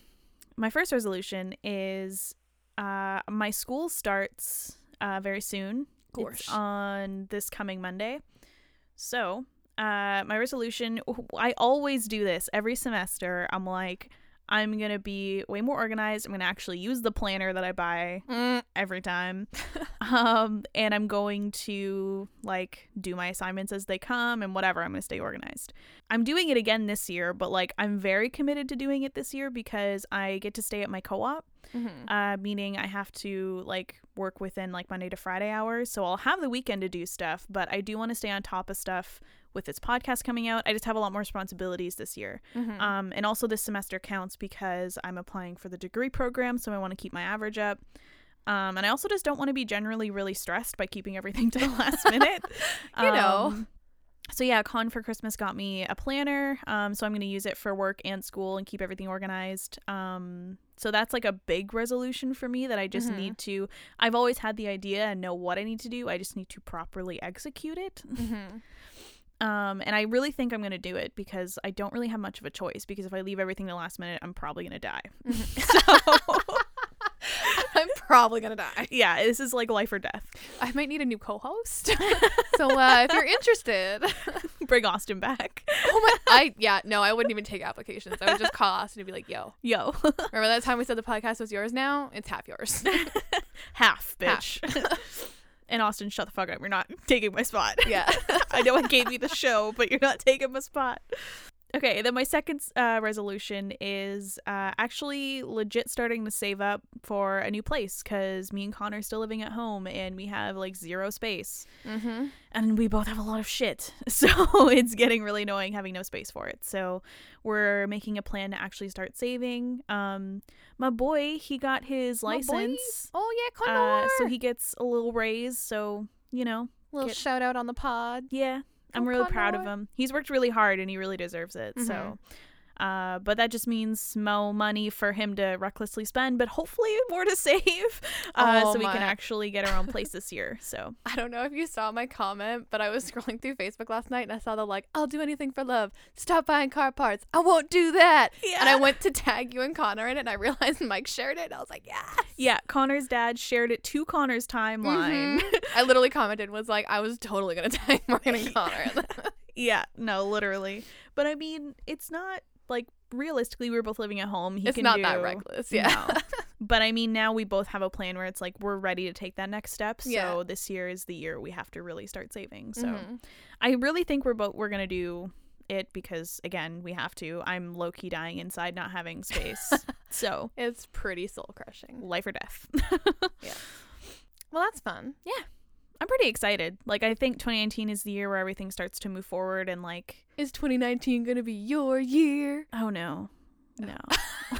[SPEAKER 1] my first resolution is uh, my school starts uh, very soon.
[SPEAKER 2] Gorsh.
[SPEAKER 1] It's on this coming Monday. So, uh, my resolution I always do this every semester. I'm like, I'm going to be way more organized. I'm going to actually use the planner that I buy
[SPEAKER 2] Mm,
[SPEAKER 1] every time. um, and I'm going to like do my assignments as they come and whatever. I'm going to stay organized. I'm doing it again this year, but like I'm very committed to doing it this year because I get to stay at my co op
[SPEAKER 2] mhm.
[SPEAKER 1] uh, meaning I have to like work within like Monday to Friday hours. So I'll have the weekend to do stuff, but I do want to stay on top of stuff with this podcast coming out. I just have a lot more responsibilities this year.
[SPEAKER 2] Mhm.
[SPEAKER 1] Um, and also this semester counts because I'm applying for the degree program, so I want to keep my average up. Um, and I also just don't want to be generally really stressed by keeping everything to the last minute.
[SPEAKER 2] You know.
[SPEAKER 1] Um, so yeah, Con for Christmas got me a planner. Um, so I'm going to use it for work and school and keep everything organized. Um, so that's like a big resolution for me that I just
[SPEAKER 2] Mhm.
[SPEAKER 1] need to. I've always had the idea and know what I need to do. I just need to properly execute it.
[SPEAKER 2] Mhm.
[SPEAKER 1] Um, and I really think I'm going to do it because I don't really have much of a choice. Because if I leave everything to the last minute, I'm probably going to die. so
[SPEAKER 2] Mm-hmm. I'm probably gonna die.
[SPEAKER 1] yeah, this is like life or death.
[SPEAKER 2] I might need a new co-host. so uh, if you're interested,
[SPEAKER 1] Bring Austin back,
[SPEAKER 2] oh my, I yeah, no, I wouldn't even take applications. I would just call Austin and be like, "Yo,
[SPEAKER 1] yo,
[SPEAKER 2] remember that time we said the podcast was yours? Now it's half yours."
[SPEAKER 1] half
[SPEAKER 2] Half.
[SPEAKER 1] bitch. and Austin, shut the fuck up. You're not taking my spot.
[SPEAKER 2] yeah.
[SPEAKER 1] I know I gave you the show, but you're not taking my spot. Okay, then my second uh, resolution is uh, actually legit starting to save up for a new place because me and Connor are still living at home and we have like zero space
[SPEAKER 2] Mm-hmm.
[SPEAKER 1] and we both have a lot of shit. So it's getting really annoying having no space for it. So we're making a plan to actually start saving. Um, my boy, he got his
[SPEAKER 2] My boy.
[SPEAKER 1] license,
[SPEAKER 2] Oh yeah,
[SPEAKER 1] uh,
[SPEAKER 2] Connor.
[SPEAKER 1] so he gets a little raise. So you know,
[SPEAKER 2] little
[SPEAKER 1] get-
[SPEAKER 2] shout out on the pod.
[SPEAKER 1] yeah, I'm
[SPEAKER 2] Go
[SPEAKER 1] really proud of
[SPEAKER 2] Condor.
[SPEAKER 1] him. He's worked really hard and he really deserves it. So,
[SPEAKER 2] Mm-hmm.
[SPEAKER 1] uh, but that just means mo money for him to recklessly spend, but hopefully more to save, uh,
[SPEAKER 2] Oh
[SPEAKER 1] so we can
[SPEAKER 2] my-
[SPEAKER 1] actually get our own place this year. So,
[SPEAKER 2] I don't know if you saw my comment, but I was scrolling through Facebook last night and I saw the like, "I'll do anything for love. Stop buying car parts. I won't do that." And I
[SPEAKER 1] Yeah.
[SPEAKER 2] went to tag you and Connor in it, and I realized Mike shared it. And I was like, "Yeah."
[SPEAKER 1] yeah, Connor's dad shared it to Connor's timeline.
[SPEAKER 2] Mm-hmm. I literally commented was like, I was totally gonna tag Morgan and Connor.
[SPEAKER 1] yeah, no, literally. But I mean, it's not like realistically we were both living at home. He
[SPEAKER 2] it's
[SPEAKER 1] can
[SPEAKER 2] not that
[SPEAKER 1] do-
[SPEAKER 2] reckless, yeah.
[SPEAKER 1] No. But I mean, now we both have a plan where it's like we're ready to take that next step. So
[SPEAKER 2] Yeah. Mm-hmm.
[SPEAKER 1] this year is the year we have to really start saving. So I really think we're both we're gonna do it because again we have to. I'm low key dying inside, not having space. so
[SPEAKER 2] it's pretty soul crushing.
[SPEAKER 1] life or death.
[SPEAKER 2] Well, that's fun.
[SPEAKER 1] I'm pretty excited. Like I think 2019 is the year where everything starts to move forward and like
[SPEAKER 2] Is 2019 gonna be your year?
[SPEAKER 1] oh no, no,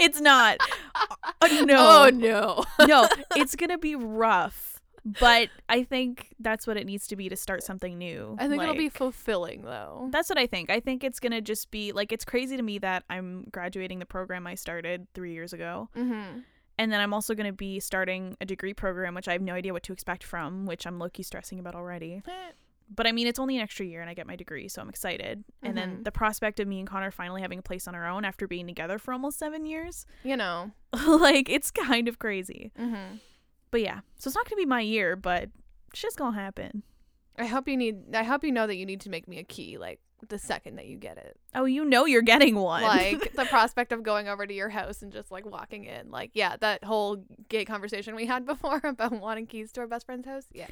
[SPEAKER 1] it's not. Uh, no,
[SPEAKER 2] Oh no.
[SPEAKER 1] no, it's gonna be rough. But I think that's what it needs to be to start something new.
[SPEAKER 2] I think it'll be
[SPEAKER 1] Like,
[SPEAKER 2] fulfilling though.
[SPEAKER 1] That's what I think. I think it's gonna just be like it's crazy to me that I'm graduating the program I started three years ago,
[SPEAKER 2] Mm-hmm.
[SPEAKER 1] and then I'm also gonna be starting a degree program, which I have no idea what to expect from, which I'm low key stressing about already. But I mean, it's only an extra year, and I get my degree, so I'm excited. And then
[SPEAKER 2] Mhm.
[SPEAKER 1] the prospect of me and Connor finally having a place on our own after being together for almost seven years,
[SPEAKER 2] You know.
[SPEAKER 1] like it's kind of crazy.
[SPEAKER 2] Mm-hmm.
[SPEAKER 1] But yeah, so it's not gonna be my year, but shit's gonna happen.
[SPEAKER 2] I hope you need. I hope you know that you need to make me a key like the second that you get it.
[SPEAKER 1] Oh, you know you're getting one.
[SPEAKER 2] Like the prospect of going over to your house and just like walking in, like yeah, that whole gay conversation we had before about wanting keys to our best friend's house. Yeah.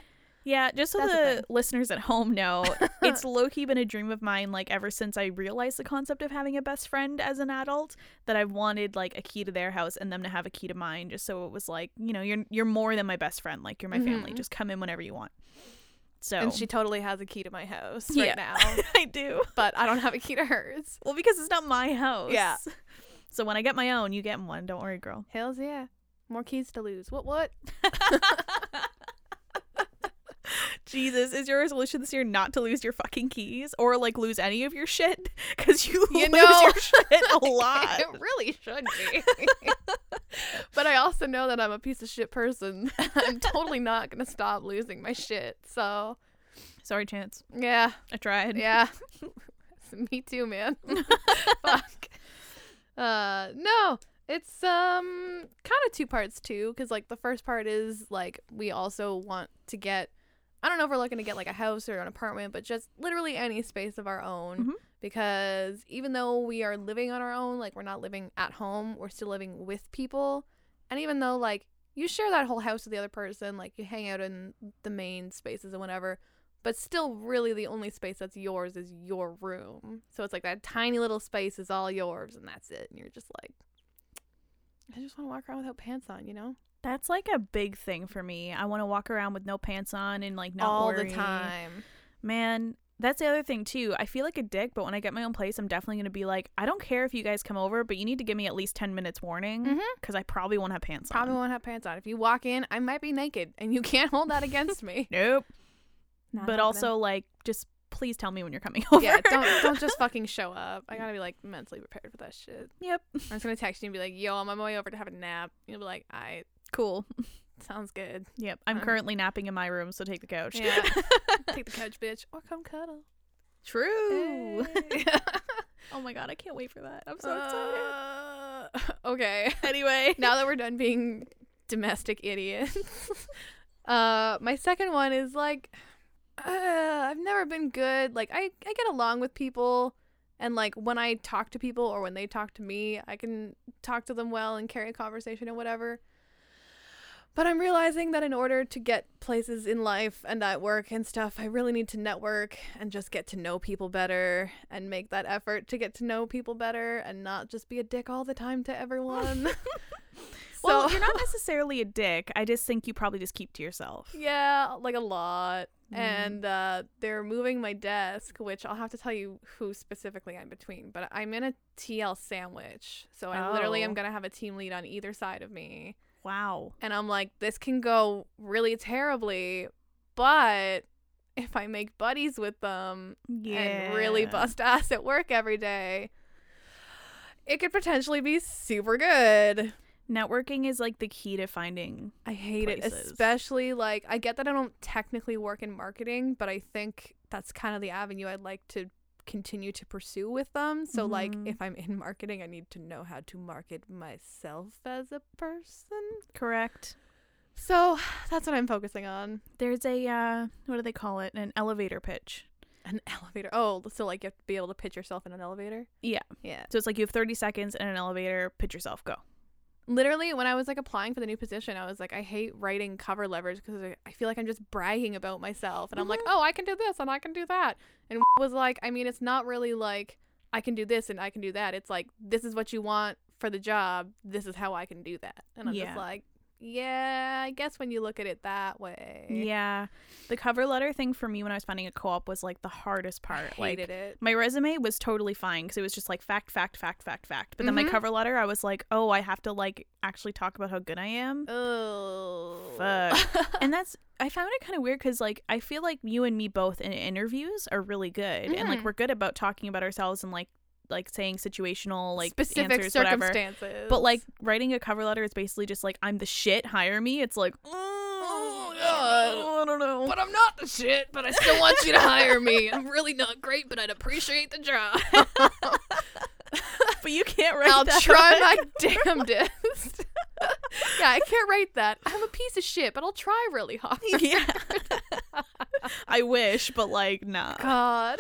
[SPEAKER 1] Yeah, just so
[SPEAKER 2] That's a
[SPEAKER 1] the listeners at home know, it's low key been a dream of mine, like ever since I realized the concept of having a best friend as an adult, that I've wanted like a key to their house and them to have a key to mine, just so it was like, you know, you're you're more than my best friend, like you're my family.
[SPEAKER 2] Mhm.
[SPEAKER 1] Just come in whenever you want. So
[SPEAKER 2] And she totally has a key to my house
[SPEAKER 1] Yeah.
[SPEAKER 2] right now,
[SPEAKER 1] I do.
[SPEAKER 2] but I don't have a key to hers.
[SPEAKER 1] Well, because it's not my house.
[SPEAKER 2] Yeah.
[SPEAKER 1] So when I get my own, you get one. Don't worry, girl.
[SPEAKER 2] Hells yeah. More keys to lose. What what?
[SPEAKER 1] Jesus, is your resolution this year not to lose your fucking keys or like lose any of your shit? Because you, lose
[SPEAKER 2] You know,
[SPEAKER 1] your shit a lot.
[SPEAKER 2] It really should be. but I also know that I'm a piece of shit person. I'm totally not going to stop losing my shit. So,
[SPEAKER 1] Sorry, Chance.
[SPEAKER 2] yeah.
[SPEAKER 1] I tried.
[SPEAKER 2] Yeah. Me too, man. Fuck. Uh, no. It's um kind of two parts too cuz like the first part is like we also want to get I don't know if we're looking to get like a house or an apartment, but just literally any space of our own
[SPEAKER 1] Mhm.
[SPEAKER 2] because even though we are living on our own, like we're not living at home, we're still living with people. And even though like you share that whole house with the other person, like you hang out in the main spaces and whatever, but still really the only space that's yours is your room. So it's like that tiny little space is all yours and that's it. And you're just like I just want to walk around without pants on, you know?
[SPEAKER 1] That's like a big thing for me. I want to walk around with no pants on and like not
[SPEAKER 2] all
[SPEAKER 1] worry.
[SPEAKER 2] the time.
[SPEAKER 1] Man, that's the other thing too. I feel like a dick, but when I get my own place, I'm definitely gonna be like, I don't care if you guys come over, but you need to give me at least ten minutes warning
[SPEAKER 2] Mhm.
[SPEAKER 1] because I probably won't have pants
[SPEAKER 2] Probably
[SPEAKER 1] on.
[SPEAKER 2] won't have pants on. If you walk in, I might be naked and you can't hold that against me.
[SPEAKER 1] Nope.
[SPEAKER 2] Not
[SPEAKER 1] but
[SPEAKER 2] happening.
[SPEAKER 1] also like, just please tell me when you're coming over.
[SPEAKER 2] Yeah, don't don't just fucking show up. I gotta be like mentally prepared for that shit.
[SPEAKER 1] yep.
[SPEAKER 2] I'm just gonna text you and be like, "Yo, I'm on my way over to have a nap." You'll be like, "I
[SPEAKER 1] Cool.
[SPEAKER 2] sounds good."
[SPEAKER 1] Yep. I'm
[SPEAKER 2] Um,
[SPEAKER 1] currently napping in my room, so take the couch.
[SPEAKER 2] Yeah, take the couch, bitch, or come cuddle.
[SPEAKER 1] True.
[SPEAKER 2] Hey.
[SPEAKER 1] oh my god, I can't wait for that. I'm so excited.
[SPEAKER 2] Uh, okay.
[SPEAKER 1] Anyway.
[SPEAKER 2] now that we're done being domestic idiots, uh, my second one is like, uh, I've never been good. Like, I, I get along with people, and like when I talk to people or when they talk to me, I can talk to them well and carry a conversation or whatever. But I'm realizing that in order to get places in life and at work and stuff, I really need to network and just get to know people better and make that effort to get to know people better and not just be a dick all the time to everyone.
[SPEAKER 1] well, you're not necessarily a dick. I just think you probably just keep to yourself.
[SPEAKER 2] Yeah, like a lot.
[SPEAKER 1] Mm.
[SPEAKER 2] And uh, they're moving my desk, which I'll have to tell you who specifically I'm between. But I'm in a TL sandwich, so I literally
[SPEAKER 1] Oh.
[SPEAKER 2] am gonna have a team lead on either side of me.
[SPEAKER 1] Wow.
[SPEAKER 2] And I'm like, this can go really terribly, but if I make buddies with them,
[SPEAKER 1] Yeah.
[SPEAKER 2] and really bust ass at work every day, it could potentially be super good.
[SPEAKER 1] Networking is like the key to finding.
[SPEAKER 2] I hate it,
[SPEAKER 1] Places.
[SPEAKER 2] especially like I get that I don't technically work in marketing, but I think that's kind of the avenue I'd like to continue to pursue with them. So like
[SPEAKER 1] Mhm.
[SPEAKER 2] if I'm in marketing, I need to know how to market myself as a person.
[SPEAKER 1] Correct.
[SPEAKER 2] So that's what I'm focusing on.
[SPEAKER 1] There's a uh, what do they call it? An elevator pitch.
[SPEAKER 2] An elevator. Oh, so like you have to be able to pitch yourself in an elevator?
[SPEAKER 1] Yeah.
[SPEAKER 2] Yeah.
[SPEAKER 1] So it's like you have 30 seconds in an elevator. Pitch yourself. Go.
[SPEAKER 2] literally when i was like applying for the new position i was like i hate writing cover letters because I, I feel like i'm just bragging about myself and i'm like
[SPEAKER 1] Mhm.
[SPEAKER 2] oh i can do this and i can do that and was like i mean it's not really like i can do this and i can do that it's like this is what you want for the job this is how i can do that and i'm
[SPEAKER 1] Yeah.
[SPEAKER 2] just like yeah i guess when you look at it that way
[SPEAKER 1] Yeah. The cover letter thing for me when I was finding a co-op was like the hardest
[SPEAKER 2] i
[SPEAKER 1] part.
[SPEAKER 2] hated
[SPEAKER 1] like
[SPEAKER 2] it
[SPEAKER 1] my resume was totally fine because it was just like fact, fact, fact, fact, fact. But then my
[SPEAKER 2] Mhm.
[SPEAKER 1] cover letter, I was like, oh, I have to like actually talk about how good I am.
[SPEAKER 2] oh
[SPEAKER 1] Fuck. and that's I found it kind of weird because like I feel like you and me both in interviews are really good and like
[SPEAKER 2] Mhm.
[SPEAKER 1] we're good about talking about ourselves and like like saying situational like
[SPEAKER 2] specific
[SPEAKER 1] answers whatever.
[SPEAKER 2] circumstances
[SPEAKER 1] But like writing a cover letter is basically just like I'm the shit, hire me. It's like oh,
[SPEAKER 2] God.
[SPEAKER 1] I don't know.
[SPEAKER 2] But I'm not the shit, but I still want you to hire me. I'm really not great, but I'd appreciate the job.
[SPEAKER 1] But you can't write
[SPEAKER 2] I'll
[SPEAKER 1] that.
[SPEAKER 2] try my damnedest. yeah, I can't write that. I'm a piece of shit, but I'll try really hard.
[SPEAKER 1] yeah. I wish, but like nah.
[SPEAKER 2] God.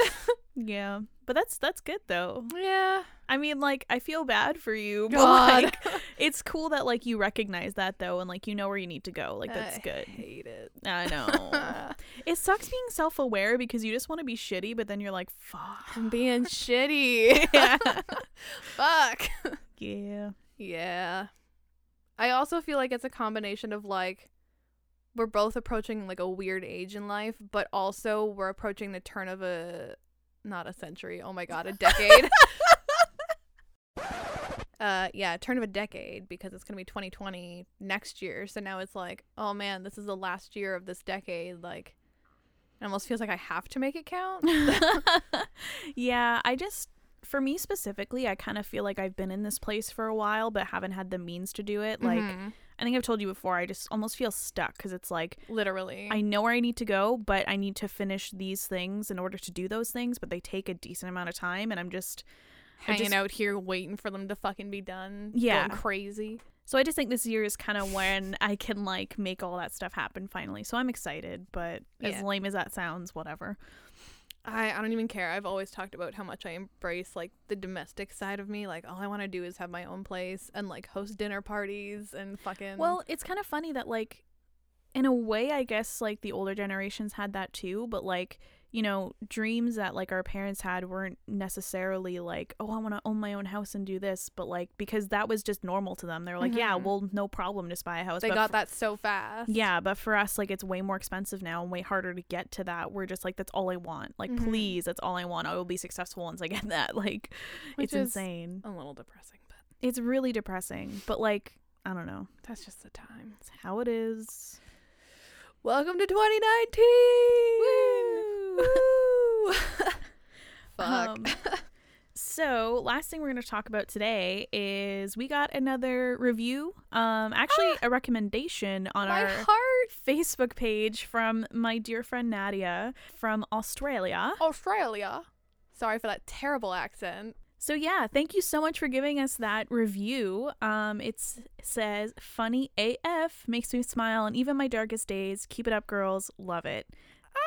[SPEAKER 1] Yeah. But that's that's good though.
[SPEAKER 2] Yeah.
[SPEAKER 1] I mean like I feel bad for you, but
[SPEAKER 2] God.
[SPEAKER 1] like it's cool that like you recognize that though and like you know where you need to go. Like that's
[SPEAKER 2] I
[SPEAKER 1] good.
[SPEAKER 2] hate it.
[SPEAKER 1] I know. it sucks being self-aware because you just want to be shitty but then you're like fuck.
[SPEAKER 2] I'm being shitty.
[SPEAKER 1] Yeah.
[SPEAKER 2] Fuck.
[SPEAKER 1] yeah.
[SPEAKER 2] Yeah. I also feel like it's a combination of like we're both approaching like a weird age in life, but also we're approaching the turn of a not a century. Oh my god, a decade. uh yeah, turn of a decade because it's going to be 2020 next year. So now it's like, oh man, this is the last year of this decade like It almost feels like I have to make it count.
[SPEAKER 1] yeah, I just for me specifically, I kind of feel like I've been in this place for a while but haven't had the means to do it. Like
[SPEAKER 2] Mhm.
[SPEAKER 1] I think I've told you before, I just almost feel stuck cuz it's like
[SPEAKER 2] literally.
[SPEAKER 1] I know where I need to go, but I need to finish these things in order to do those things, but they take a decent amount of time and I'm just
[SPEAKER 2] hanging
[SPEAKER 1] just-
[SPEAKER 2] out here waiting for them to fucking be done.
[SPEAKER 1] Yeah.
[SPEAKER 2] Going crazy.
[SPEAKER 1] so I just think this year is kind of when I can like make all that stuff happen finally. So I'm excited, but
[SPEAKER 2] Yeah.
[SPEAKER 1] as lame as that sounds, whatever.
[SPEAKER 2] I, I don't even care. I've always talked about how much I embrace like the domestic side of me. Like all I want to do is have my own place and like host dinner parties and fucking
[SPEAKER 1] Well, it's kind of funny that like in a way I guess like the older generations had that too, but like you know, dreams that like our parents had weren't necessarily like, oh, I want to own my own house and do this, but like because that was just normal to them. They were like, yeah,
[SPEAKER 2] Mhm.
[SPEAKER 1] well, no problem, just buy a house.
[SPEAKER 2] they
[SPEAKER 1] but
[SPEAKER 2] got that so fast.
[SPEAKER 1] Yeah, but for us, like it's way more expensive now and way harder to get to that. We're just like, that's all I want. Like,
[SPEAKER 2] Mhm.
[SPEAKER 1] please, that's all I want. I will be successful once I get that. Like,
[SPEAKER 2] Which
[SPEAKER 1] it's
[SPEAKER 2] is
[SPEAKER 1] insane.
[SPEAKER 2] A little depressing, but
[SPEAKER 1] It's really depressing, but like, I don't know.
[SPEAKER 2] that's just the time.
[SPEAKER 1] It's how it is.
[SPEAKER 2] Welcome to 2019. Woo! Fuck.
[SPEAKER 1] Um, so, last thing we're going to talk about today is we got another review. Um, actually, a recommendation on
[SPEAKER 2] my
[SPEAKER 1] our
[SPEAKER 2] heart.
[SPEAKER 1] Facebook page from my dear friend Nadia from Australia.
[SPEAKER 2] Australia. Sorry for that terrible accent.
[SPEAKER 1] So yeah, thank you so much for giving us that review. Um, it's, it says funny AF makes me smile, and even my darkest days. Keep it up, girls. Love it. Ah,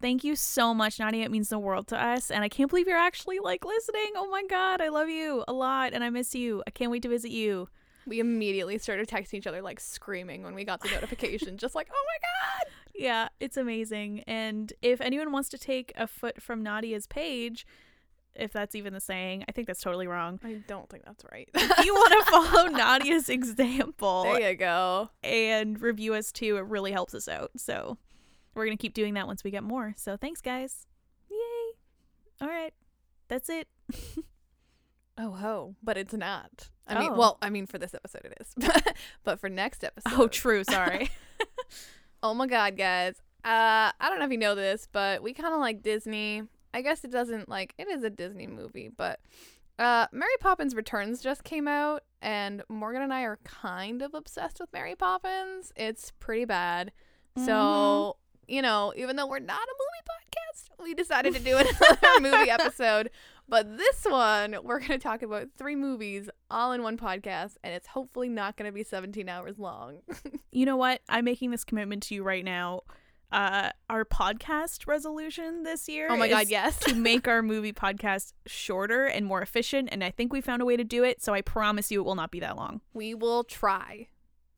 [SPEAKER 1] Thank you so much, Nadia. It means the world to us, and I can't believe you're actually like listening. Oh my god, I love you a lot, and I miss you. I can't wait to visit you.
[SPEAKER 2] We immediately started texting each other like screaming when we got the notification, just like, oh my god.
[SPEAKER 1] Yeah, it's amazing. And if anyone wants to take a foot from Nadia's page, if that's even the saying, I think that's totally wrong.
[SPEAKER 2] I don't think that's right.
[SPEAKER 1] If you want to follow Nadia's example,
[SPEAKER 2] there you go.
[SPEAKER 1] and review us too. It really helps us out. So we're going to keep doing that once we get more. So thanks, guys. Yay. All right. That's it.
[SPEAKER 2] Oh ho, but it's not. I mean,
[SPEAKER 1] Oh.
[SPEAKER 2] well, I mean for this episode it is, but for next episode.
[SPEAKER 1] Oh, true. Sorry.
[SPEAKER 2] Oh my god, guys. Uh, I don't know if you know this, but we kind of like Disney. I guess it doesn't like it is a Disney movie, but uh, Mary Poppins Returns just came out, and Morgan and I are kind of obsessed with Mary Poppins. It's pretty bad,
[SPEAKER 1] Mm-hmm.
[SPEAKER 2] so you know, even though we're not a movie podcast, we decided to do another movie episode. But this one, we're gonna talk about three movies all in one podcast, and it's hopefully not gonna be 17 hours long.
[SPEAKER 1] you know what? I'm making this commitment to you right now. Uh, our podcast resolution this year.
[SPEAKER 2] oh my god,
[SPEAKER 1] is
[SPEAKER 2] yes.
[SPEAKER 1] To make our movie podcast shorter and more efficient. And I think we found a way to do it. So I promise you it will not be that long.
[SPEAKER 2] We will try.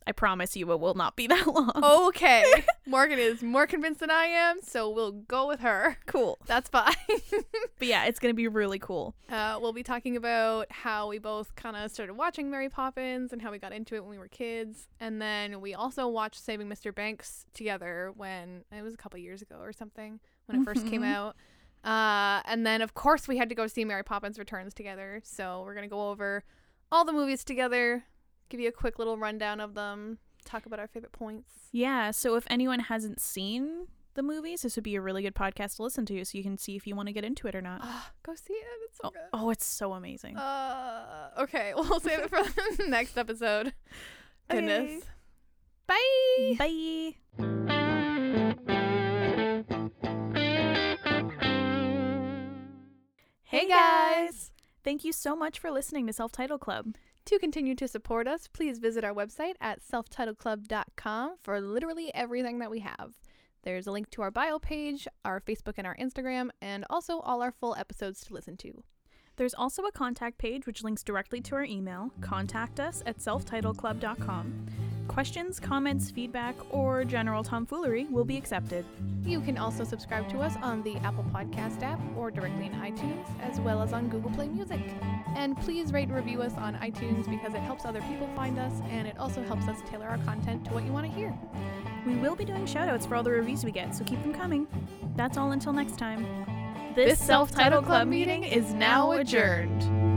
[SPEAKER 1] I promise you it will not be that long.
[SPEAKER 2] Oh, Okay. Morgan is more convinced than I am, so we'll go with her.
[SPEAKER 1] cool.
[SPEAKER 2] That's fine.
[SPEAKER 1] But yeah, it's going to be really cool.
[SPEAKER 2] uh, we'll be talking about how we both kind of started watching Mary Poppins and how we got into it when we were kids. And then we also watched Saving Mr. Banks together when it was a couple years ago or something when it first came
[SPEAKER 1] Mhm.
[SPEAKER 2] out. Uh, and then, of course, we had to go see Mary Poppins Returns together. So we're going to go over all the movies together, give you a quick little rundown of them, talk about our favorite points.
[SPEAKER 1] Yeah, so if anyone hasn't seen the movies, this would be a really good podcast to listen to so you can see if you want to get into it or not.
[SPEAKER 2] Ah, go see it. It's so
[SPEAKER 1] Oh, oh, it's so amazing.
[SPEAKER 2] good. Uh, okay, we'll save it for the next episode. Goodness.
[SPEAKER 1] Okay.
[SPEAKER 2] Bye.
[SPEAKER 1] Bye.
[SPEAKER 2] Hey guys!
[SPEAKER 1] Thank you so much for listening to Self Title Club.
[SPEAKER 2] To continue to support us, please visit our website at selftitledclub.com for literally everything that we have. There's a link to our bio page, our Facebook and our Instagram, and also all our full episodes to listen to.
[SPEAKER 1] There's also a contact page which links directly to our email. Contact us at selftitleclub.com. Questions, comments, feedback, or general tomfoolery will be accepted.
[SPEAKER 2] You can also subscribe to us on the Apple Podcast app or directly in iTunes, as well as on Google Play Music. And please rate and review us on iTunes because it helps other people find us and it also helps us tailor our content to what you want to hear.
[SPEAKER 1] We will be doing shoutouts for all the reviews we get, so keep them coming. That's all until next time.
[SPEAKER 2] This Self Title Club meeting is now adjourned.